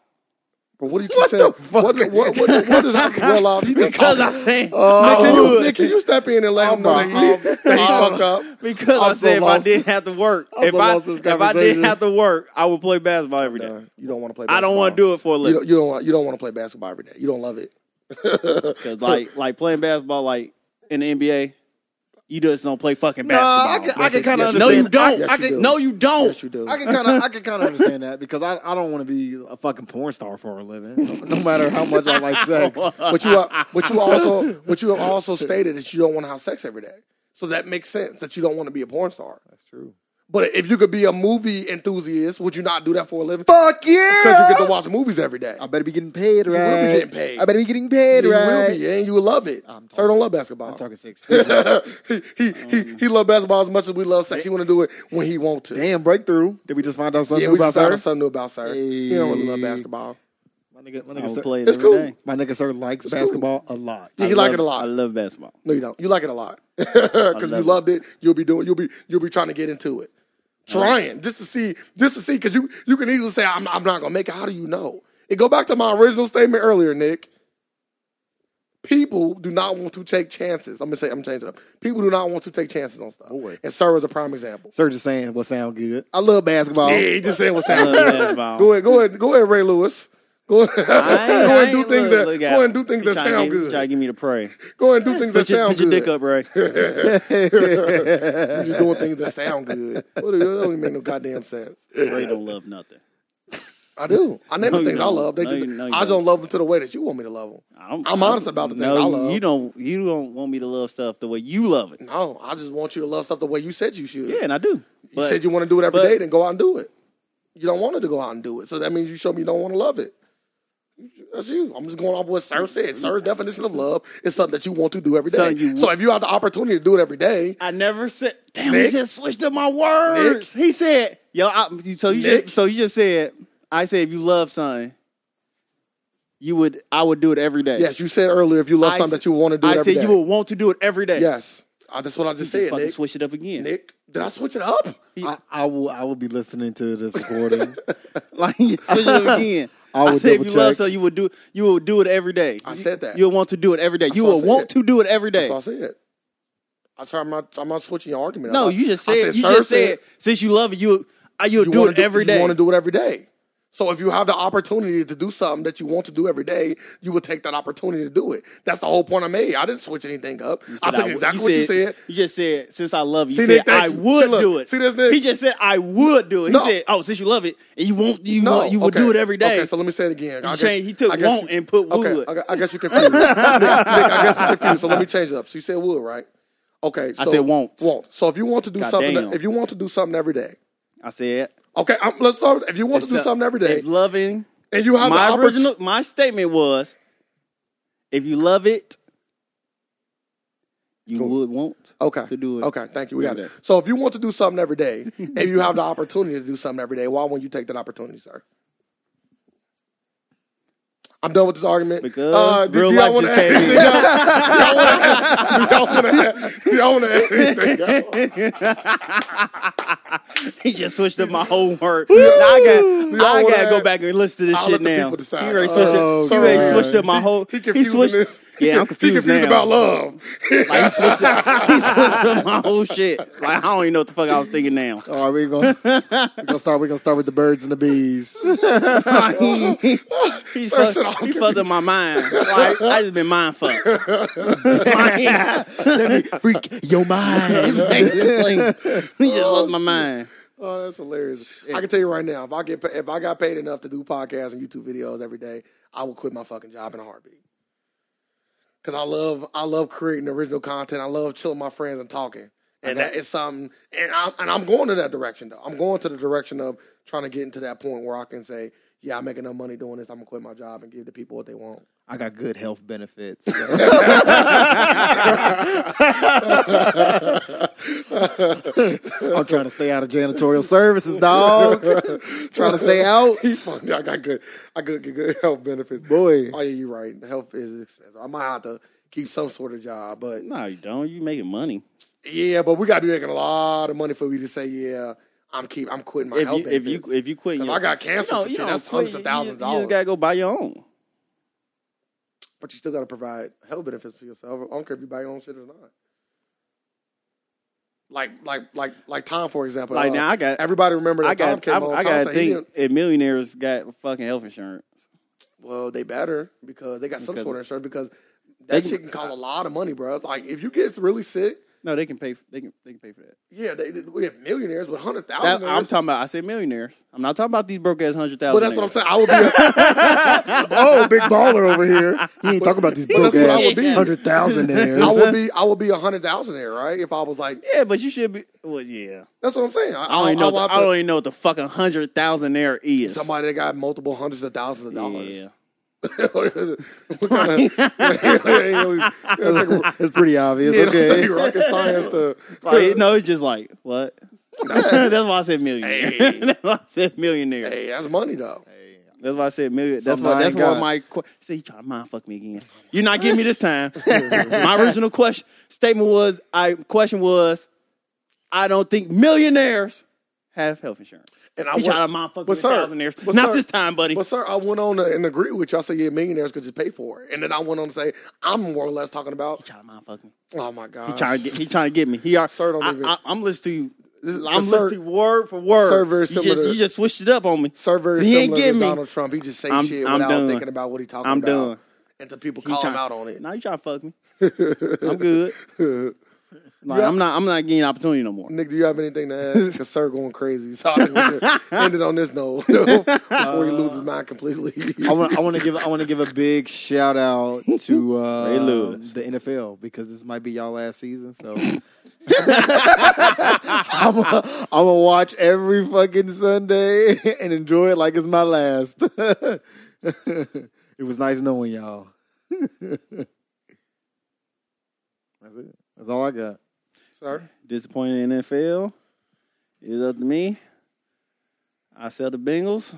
B: but what do you keep saying? What, what, what, what, what is well off? You just
A: because
B: talking.
A: I'm saying
C: Oh.
B: Nick, can you,
A: I would.
B: Nick, can you step in and let him know that he, that he fucked up?
A: Because i
C: I'm so
A: said if I
C: lost.
A: didn't have to work,
C: I'm
A: if
C: so
A: I
C: lost this
A: if I
C: conversation.
A: didn't have to work, I would play basketball every
C: Uh,
A: day.
B: You don't want to play.
A: I don't want to do it for a
B: You
A: living.
B: don't, you don't. want- You don't want to play basketball every day. You don't love it.
A: Cause like like playing basketball like in the NBA, you just don't play fucking
C: Nah, I
A: basketball.
C: can, I can kind
B: yes,
C: of understand.
A: no, you
C: I-
A: don't.
B: Yes,
C: I,
B: you
C: can,
B: do.
A: no, you don't.
B: Yes, you do.
C: I can kind of, I can kind of understand that because I, I don't want to be a fucking porn star for a living, no matter how much I like sex.
B: But you. Are, but you also. But you have also stated that you don't want to have sex every day. So that makes sense that you don't want to be a porn star.
C: That's true.
B: But if you could be a movie enthusiast, would you not do that for a living?
C: Fuck
B: Because you
C: yeah!
B: get to watch movies every day.
C: I better be getting paid, right?
B: will be getting paid.
C: I better be getting paid,
B: You
C: right?
B: will be, and you will love it.
C: I'm
B: Sir, don't love basketball.
C: I'm talking Um. six figures.
B: he he he he love basketball as much as we love sex. He want to do it when he want to.
C: Damn breakthrough! Did we just find out something
B: Yeah,
C: new
B: we
C: about
B: just
C: sir?
B: found something new about sir. He don't really love basketball.
C: My nigga, my
A: I
C: nigga,
A: would
C: sir,
A: play it
B: It's
A: every
B: cool.
A: day.
C: my nigga sir likes basketball a lot.
B: Yeah,
A: I
B: he like
A: love-
B: it a lot.
A: I love basketball.
B: No, you don't. You like it a lot because you loved it. You'll be doing. You'll be. You'll be trying to get into it, trying just to see, just to see. Because you you can easily say, "I'm I'm not gonna make it." How do you know? It go back to my original statement earlier, Nick. People do not want to take chances. I'm gonna say I'm changing it up. People do not want to take chances on stuff.
C: Boy.
B: And Sarah is a prime example.
C: Sir just saying what sound good. I love basketball.
B: Yeah, he just saying what's
A: I
B: happening.
A: love basketball.
B: Go ahead, go ahead, go ahead, Ray Lewis. Go, ahead- go and do
A: ain't-
B: things
A: look-
B: that
A: look at
B: go and
A: him.
B: do things
A: He
B: that
A: tryna
B: sound
A: get- Trying to
B: good.
A: give me the pray.
B: Go and do things that
A: Put your,
B: sound
A: put your
B: good.
A: dick up, Ray.
B: You're just doing things that sound good. What do- that don't even make no goddamn sense.
A: Ray don't love nothing.
B: I do. I name
A: No,
B: the
A: you
B: things I
A: don't.
B: love. They
A: No,
B: just,
A: you- no, you
B: I just
A: don't.
B: don't love them to the way that you want me to love them.
A: I don't,
B: I'm honest about the things
A: no,
B: I love.
A: You don't. You don't want me to love stuff the way you love it.
B: No, I just want you to love stuff the way you said you should.
A: Yeah, and I do.
B: you said you want to do it every
A: but-
B: day, then go out and do it. You don't want it to go out and do it, so that means you show me you don't want to love it. That's you. I'm just going off what Sir said. Sir's definition of love is something that you want to do every
A: Mm. So
B: day.
A: you-
B: so if you have the opportunity to do it every day,
A: I never said. Damn,
B: Nick?
A: he just switched up my words. He said, "Yo, I, you- so you
B: Nick?
A: just, so you just said I said if you love something, you would I would do it every day.
B: yes, you said earlier if you love
A: I
B: something
A: s-
B: that you want to do
A: I
B: it every
A: said
B: day.
A: you would want to do it every day.
B: Yes, I, that's what I just
A: Just
B: said.
A: fucking
B: Nick.
A: switch it up again.
B: Nick, did I switch it up?
C: I, I will I will be listening to this recording.
A: Like switch it up again.
C: I would
A: said if you
C: double
A: love
C: check.
A: something, you would do you would do it every day.
B: I
A: You-
B: said that.
A: you would want to do it every day. You
B: what I
A: would want
B: said.
A: to do it every day.
B: That's what I said. I said I'm not. I'm not switching your argument.
A: No,
B: I'm not-
A: you just
B: I
A: said, you
B: Sir
A: just said since you love it, you I you'll
B: you
A: do
B: wanna
A: it every day.
B: You want to do it every day. So if you have the opportunity to do something that you want to do every day, you will take that opportunity to do it. That's the whole point I made. I didn't switch anything up. I took
A: would-
B: exactly what you said.
A: You just said, since I love you,
B: See,
A: you said,
B: Nick, thank
A: I
B: you.
A: would
B: See, look.
A: do it.
B: See, that's Nick.
A: He just said, I would do it.
B: No.
A: He said, oh, since you love it, and you won't, you
B: No,
A: want, you would
B: okay.
A: do it every day.
B: Okay, so let me say it again.
A: You changed- he took
B: I guess
A: won't and put
B: okay,
A: would.
B: I, gu- I guess you confused. Nick, Nick, I guess you confused. So let me change it up. So you said would, right? Okay. So
A: I said won't.
B: Won't. So if you want to do
A: God
B: something,
A: damn.
B: if you want to do something every day,
A: I said,
B: okay. I'm, let's start. If you want to do
A: so-
B: something every day,
A: uh, if loving,
B: and you have
A: my
B: the opportunity,
A: original, my statement was, if you love it, you would want
B: Okay.
A: to do it.
B: Okay, thank you. We got
A: every
B: it.
A: day.
B: So if you want to do something every day and you have the opportunity to do something every day, why won't you take that opportunity, sir? I'm done with this argument. Uh,
A: Because
B: do,
A: real
B: do y'all
A: life
B: want to
A: just
B: add
A: came in.
B: anything else? Do y'all want to add anything else?
A: he just switched up my whole word. Now I
B: Y'all
A: got, I
B: wanna
A: got to go
B: add-
A: back and listen to this
B: I'll
A: shit
B: let the
A: now.
B: people decide.
A: He already switched,
B: Oh,
A: it, he already
B: God.
A: switched up my whole.
B: He confused
A: switched.
B: this.
A: Yeah,
B: he,
A: I'm
B: con-
A: confused,
B: He confused
A: now.
B: about love.
A: Like, he switched up, he switched up my whole shit. Like I don't even know what the fuck I was thinking now.
D: All right, we're gonna we're gonna start. We're gonna start with the birds and the bees.
A: he he, he,
B: Sir,
A: fucked,
B: sit down.
A: he fucked up my mind. Like, I just been mind fucked. Like,
D: Freak your mind.
A: like, he just fucked my mind.
B: Oh, that's hilarious! I can tell you right now, if I get pa- if I got paid enough to do podcasts and YouTube videos every day, I would quit my fucking job in a heartbeat. Cause I love I love creating original content. I love chilling with my friends and talking, and that is something. And I'm and I'm going to that direction though. I'm going to the direction of trying to get into that point where I can say, yeah, I make enough money doing this. I'm gonna quit my job and give the people what they want.
C: I got good health benefits.
D: I'm trying to stay out of janitorial services, dog. trying to stay out.
B: He's funny. I got good. I could get good health benefits.
D: Boy.
B: oh yeah, you're right. Health is expensive. I might have to keep some sort of job, but
A: No, you don't. You making money.
B: Yeah, but we gotta be making a lot of money for we to say, yeah, I'm keep I'm quitting my
A: If
B: health
A: you, if you if you quit,
B: If
A: your-
B: I got cancer,
A: don't-
B: for shit,
A: don't
B: that's
A: quit.
B: hundreds of thousands
A: You just,
B: of
A: you
B: dollars.
A: just gotta go buy your own.
B: but you still gotta provide health benefits for yourself. I don't care if you buy your own shit or not. Like like like like Tom, for example.
A: Like
B: uh,
A: now, I got
B: everybody remember that
A: I
B: Tom
A: got
B: came
A: I,
B: on.
A: I
B: Tom
A: got to
B: said he
A: think
B: didn't-
A: if millionaires got fucking health insurance.
B: Well, they better because they got some
A: Because-
B: sort of insurance because that
A: They-
B: shit can cost a lot of money, bro. Like if you get really sick,
A: No, they can pay. For, they can they can pay for that.
B: yeah, they, we have millionaires with hundred
A: That-
B: thousand.
A: I'm talking about. I said millionaires. I'm not talking about these broke ass hundred
B: But
A: thousand.
B: that's what I'm saying. I would be. A,
D: Oh, big baller over here. He ain't talking about these
B: Well,
D: broke
B: that's what I would
D: ass
B: be.
D: hundred thousand
B: I
D: there.
B: would be. I would be a hundred thousand there, right? If I was like,
A: Yeah, but you should be. Well, yeah.
B: That's what I'm saying. I,
A: I don't even know.
B: I,
A: what the- I,
B: I,
A: don't even know what the fucking hundred thousand there is.
B: somebody that got multiple hundreds of thousands of dollars.
A: Yeah.
B: What kind of-
D: It's pretty obvious.
B: You know,
D: Okay.
B: take rocket science to
A: Like, it- no, it's just like what. that's why I said millionaire.
B: Hey.
A: that's why I said millionaire.
B: hey, that's money though.
A: That's why I said million. That's
D: Somebody
A: why. That's
D: got-
A: why my que- see you trying to mind fuck me again. You're not getting me this time. my original question statement was I question was I don't think millionaires have health insurance.
B: And I
A: You
B: went,
A: trying to mind fuck me
B: but
A: with
B: sir,
A: thousandaires?
B: but
A: Not
B: sir-
A: this time, buddy.
B: but sir, I went on and agreed with you. I said, yeah, millionaires could just pay for it. And then I went on to say, I'm more or less talking about,
A: trying to mind fuck me.
B: oh my god,
A: Trying to get, he trying to get me. He are,
B: Sir, don't
A: I,
B: even-
A: I, I'm listening to you. I'm
B: Sir-
A: listening to you word for word.
B: Sir, very
A: you,
B: similar
A: just,
B: to-
A: you just switched it up on me.
B: sir, very
A: He ain't
B: similar to
A: getting me.
B: Donald Trump. He just say
A: I'm-
B: shit
A: I'm
B: without
A: done.
B: thinking about what he talking
A: I'm
B: about.
A: done.
B: And to people call him out on it.
A: Now you trying to fuck me. I'm good. Like, I'm not. I'm not getting opportunity no more.
B: Nick, do you have anything to add? Because sir going crazy. So I think we should end it on this note before
A: Uh,
B: he loses his mind completely.
D: I want. I want to give. I want to give a big shout out to uh,
A: Ray Lewis.
D: the NFL because this might be y'all last season. So I'm gonna watch every fucking Sunday and enjoy it like it's my last. it was nice knowing y'all. That's it. That's all I got.
B: sir,
A: disappointed in NFL. It's up to me. I sell the Bengals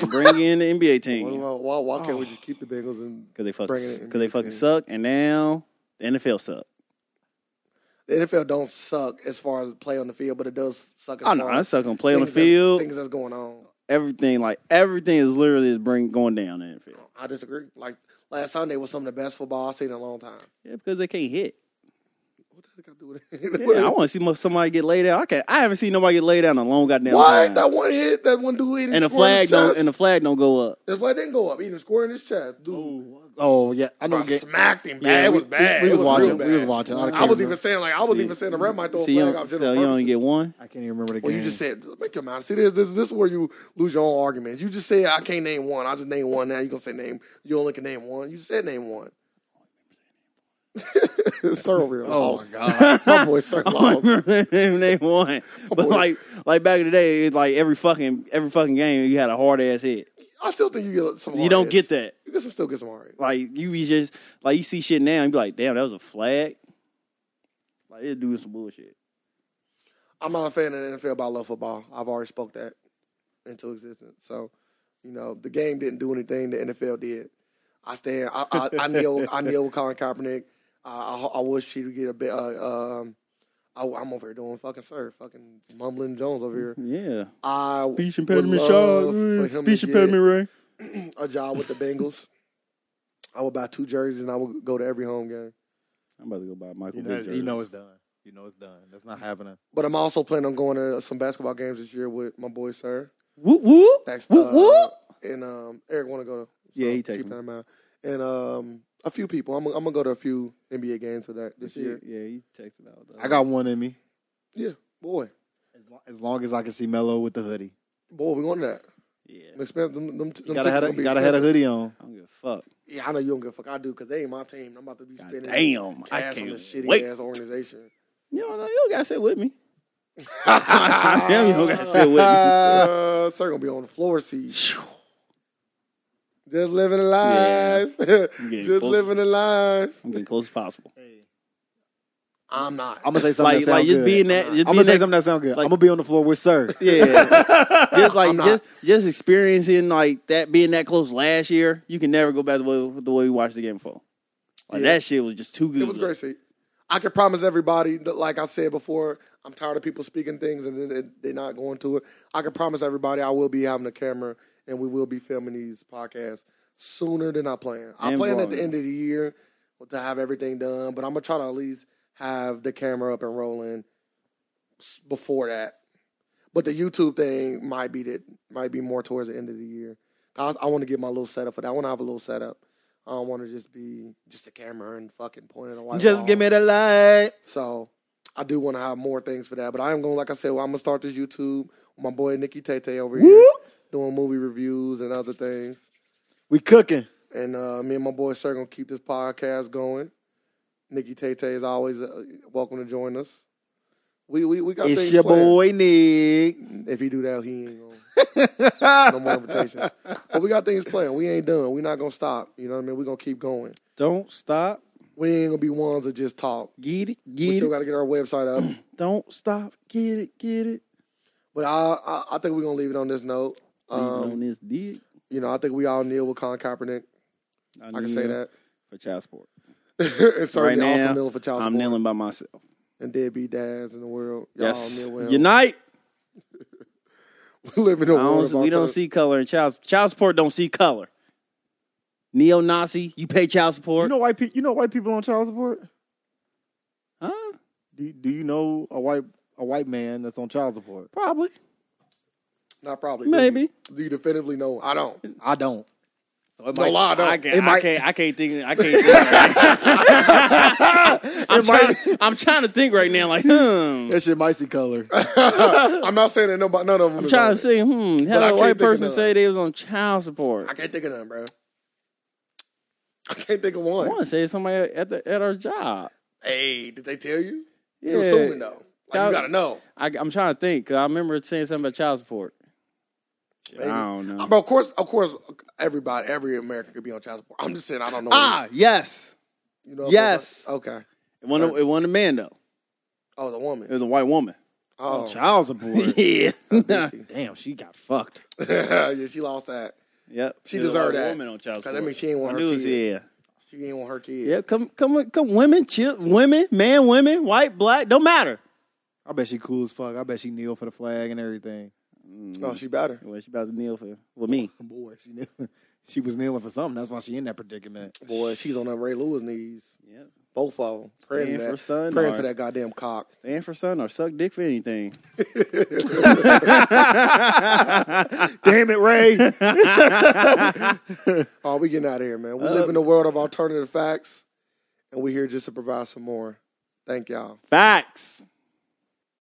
A: and bring in the NBA
B: why,
A: team
B: why, why, why can't we just keep the Bengals? And
A: because they fucking
B: bring in the
A: because they
B: NBA
A: fucking
B: team.
A: suck, and now the NFL suck.
B: the NFL don't suck as far as play on the field, but it does suck. As
A: I know
B: far
A: I
B: as
A: suck on play on the
B: things that's-
A: field.
B: things that's going on.
A: Everything like everything is literally is bring going down in the NFL.
B: I disagree. Like last Sunday was some of the best football I've seen in a long time.
A: Yeah, because they can't hit.
B: What the heck I do with it? What
A: Yeah, I
B: the-
A: want to see mo- somebody get laid out. I can I haven't seen nobody get laid out in a long goddamn
B: What?
A: time.
B: That one hit, that one dude hit him
A: And the
B: square in
A: flag
B: his
A: don't
B: chest.
A: and the flag don't go up.
B: The flag didn't go up. He hit him square in his chest. Dude,
D: Oh yeah, I know.
B: I
D: game-
B: smacked him. Bad.
D: Yeah,
B: it
D: we-
B: was bad.
D: we- we
B: It
D: was
B: real
D: watching- we
B: bad.
D: was watching. I
B: I
D: can't
B: was even
D: remember.
B: saying like I was even saying the ref might throw a
A: See, you
B: flag
A: don't,
B: out.
A: so
B: general
A: you don't
B: purpose.
A: get one.
D: I can't even remember the
B: Well,
D: game.
B: you just said make your mind. See, this this this is where you lose your own arguments. You just say I can't name one. I just name one. Now you gonna say name. You only can name one. You said name one. sir over here.
D: oh my
B: lost.
D: god,
B: my boy sir
A: Oh,
B: lost.
A: they won. But like like back in the day, it's like every fucking every fucking game you had a hard ass hit.
B: I still think you get some.
A: You don't
B: hard
A: get
B: hits.
A: that.
B: You get some. Still get some hard. hits.
A: Like you be just like you see shit now and be like, damn, that was a flag. Like it's doing some bullshit.
B: I'm not a fan of the NFL, but I love football. I've already spoke that into existence. So, you know, the game didn't do anything. The NFL did. I stand. I I, I kneel. I kneel with Colin Kaepernick. I I, I wish he would get a bit. Uh, um, I, am over here doing fucking sir, fucking mumbling Jones over here.
A: Yeah.
B: I
A: Speech
B: would
A: impediment,
B: love
A: Shaw.
B: for him
A: Speech
B: to get
A: impediment, Ray.
B: A job with the Bengals. I would buy two jerseys and I would go to every home game.
A: I'm about to go buy Michael
D: you
A: you
D: know, you know it's done. You know it's done. That's
A: Mm.
D: not happening.
B: But I'm also planning on going to some basketball games this year with my boy sir.
A: Whoop whoop.
B: Thanks.
A: Whoop,
B: uh,
A: whoop.
B: And um, Eric want to go to.
A: Yeah, he
B: keep
A: takes
B: that in mind. And um, a few people. I'm, I'm gonna go to a few NBA games for that this
A: Yeah,
B: year.
A: yeah, he texted out. though.
D: I got one in me.
B: Boy,
D: As lo- As long as I can see Mello with the hoodie,
B: boy, we going to that.
A: Yeah.
B: I'm expensive. Them, them, them
D: you gotta have a,
B: tickets
D: you gotta
B: gonna be
D: have a
B: expensive.
D: hoodie on.
A: I don't give a fuck.
B: Yeah, I know you don't give a fuck. I do because they ain't my team. I'm about to be
A: God
B: spending
A: damn, I
B: cash on
A: can't
B: this shitty
A: wait.
B: ass organization.
A: You don't know, you don't gotta sit with me. Damn, you don't gotta sit with
B: Uh, sir gonna be on the floor seat.
A: me.
B: Just living a life. Just
A: close.
B: living a life.
A: I'm getting close as possible.
B: I'm not.
D: I'm gonna say something.
A: Like,
D: that sound
A: like just
D: good.
A: being that. Just
D: I'm
A: being
D: gonna say
A: that-
D: something that sound good.
A: like-
D: I'm gonna be on the floor with Sir.
A: Yeah, just like
B: I'm not.
A: just just experiencing like that being that close last year, you can never go back to the way, the way we watched the game before. Like that shit was just too good.
B: It was great seat. I can promise everybody, that, like I said before, I'm tired of people speaking things and then they- they're not going to it. I can promise everybody I will be having a camera and we will be filming these podcasts sooner than I plan. I
A: And
B: plan at the
A: vlogging.
B: end of the year to have everything done, but I'm going to try to at least have the camera up and rolling s- before that. But the YouTube thing might be that might be more towards the end of the year. 'Cause I want to get my little setup for that. I want to have a little setup. I don't want to just be just a camera and fucking pointing a white.
D: Just
B: wall.
D: give me the light.
B: So I do want to have more things for that. But I am going, to like I said, well, I'm gonna start this YouTube. with My boy Nikki Tate over here doing movie reviews and other things.
D: We cooking.
B: And uh, me and my boy Sir gonna keep this podcast going. Nikki Tate is always uh, welcome to join us. We we we got
D: It's
B: things
D: your
B: planned.
D: boy Nick.
B: If he do that, he ain't gonna no more invitations. But we got things playing. We ain't done. we not gonna stop. You know what I mean? we gonna keep going.
A: Don't stop,
B: We ain't gonna be ones that just talk.
A: get it,
B: We
A: get
B: still
A: it.
B: gotta get our website up.
A: Don't stop, get it, get it.
B: But I I, I think we're gonna leave it on this note.
A: Leaving on
B: Um,
A: this dick.
B: you know, I think we all kneel with Colin Kaepernick. I can say
A: kneel
B: that.
A: for child support.
B: and certainly
A: Right now,
B: also kneeling for child
A: I'm
B: support
A: kneeling by myself.
B: and deadbeat dads in the world. Y'all
A: Yes,
B: kneel with him.
A: unite.
B: we live in a
A: I don't,
B: world
A: see- we
B: about
A: don't
B: to-
A: see color in child child support. Don't see color. Neo Nazi, you pay child support.
D: You know white. Pe- you know white people on child support.
A: huh?
D: Do Do you know a white a white man that's on child support?
A: Probably,
B: Not probably. do you?
A: maybe.
B: Do you definitively know? I don't.
D: I don't. So it
B: No lie, I don't.
A: I can't,
D: It
A: I
D: might-
A: can't. I can't think. I can't. Think I'm, trying, I'm trying to think right now. Like, hmm.
D: That shit might see color.
B: I'm not saying that nobody, none of them.
A: I'm
B: is
A: trying
B: on
A: to
B: it.
A: see. Hmm.
B: I
A: How did a
B: can't
A: white
B: think of
A: person
B: none.
A: say they was on child support?
B: I can't think of none, bro. I can't think of
A: I
B: one.
A: want to say it's somebody at the at our job.
B: Hey, did they tell you?
A: Yeah.
B: You're assuming though. Like,
A: Y'all-
B: you gotta know,
A: I, I'm trying to think. 'cause I remember saying something about child support.
B: Maybe.
A: I don't know.
B: but of course, of course, everybody, every American could be on child support. I'm just saying, I don't know.
A: Ah, yes,
B: you know,
A: yes.
B: okay.
A: it wasn't. It wasn't a man though.
B: Oh, the
A: It
B: woman.
A: was a white woman.
B: Oh,
D: Child support.
A: yeah.
D: Damn, she got fucked.
B: yeah, she lost that
A: yep.
B: She
A: It was a
B: deserved
A: white
B: that.
A: Woman on child
B: because
A: support.
B: I mean, she ain't
A: I
B: want
A: knew
B: her
A: it was-
B: kid.
A: yeah.
B: She ain't want her kid.
A: Yeah, come, come, come, women, chill, women, man, women, white, black, don't matter.
D: I bet she cool as fuck. I bet she kneel for the flag and everything.
B: No, Oh, she better.
A: Well, she about to kneel for with me.
D: Boy, she
C: knew- she was kneeling for something. That's why she in that predicament.
B: Boy, she's on that Ray Lewis knees.
A: Yeah.
B: Both of them. Praying,
A: Stand
B: to
A: for
B: that-
A: son
B: praying
A: or-
B: to that goddamn cock.
A: Stand for son or suck dick for anything.
C: Damn it, Ray.
B: Oh, we getting out of here, man. We live in a world of alternative facts, and we're here just to provide some more. Thank y'all.
A: Facts.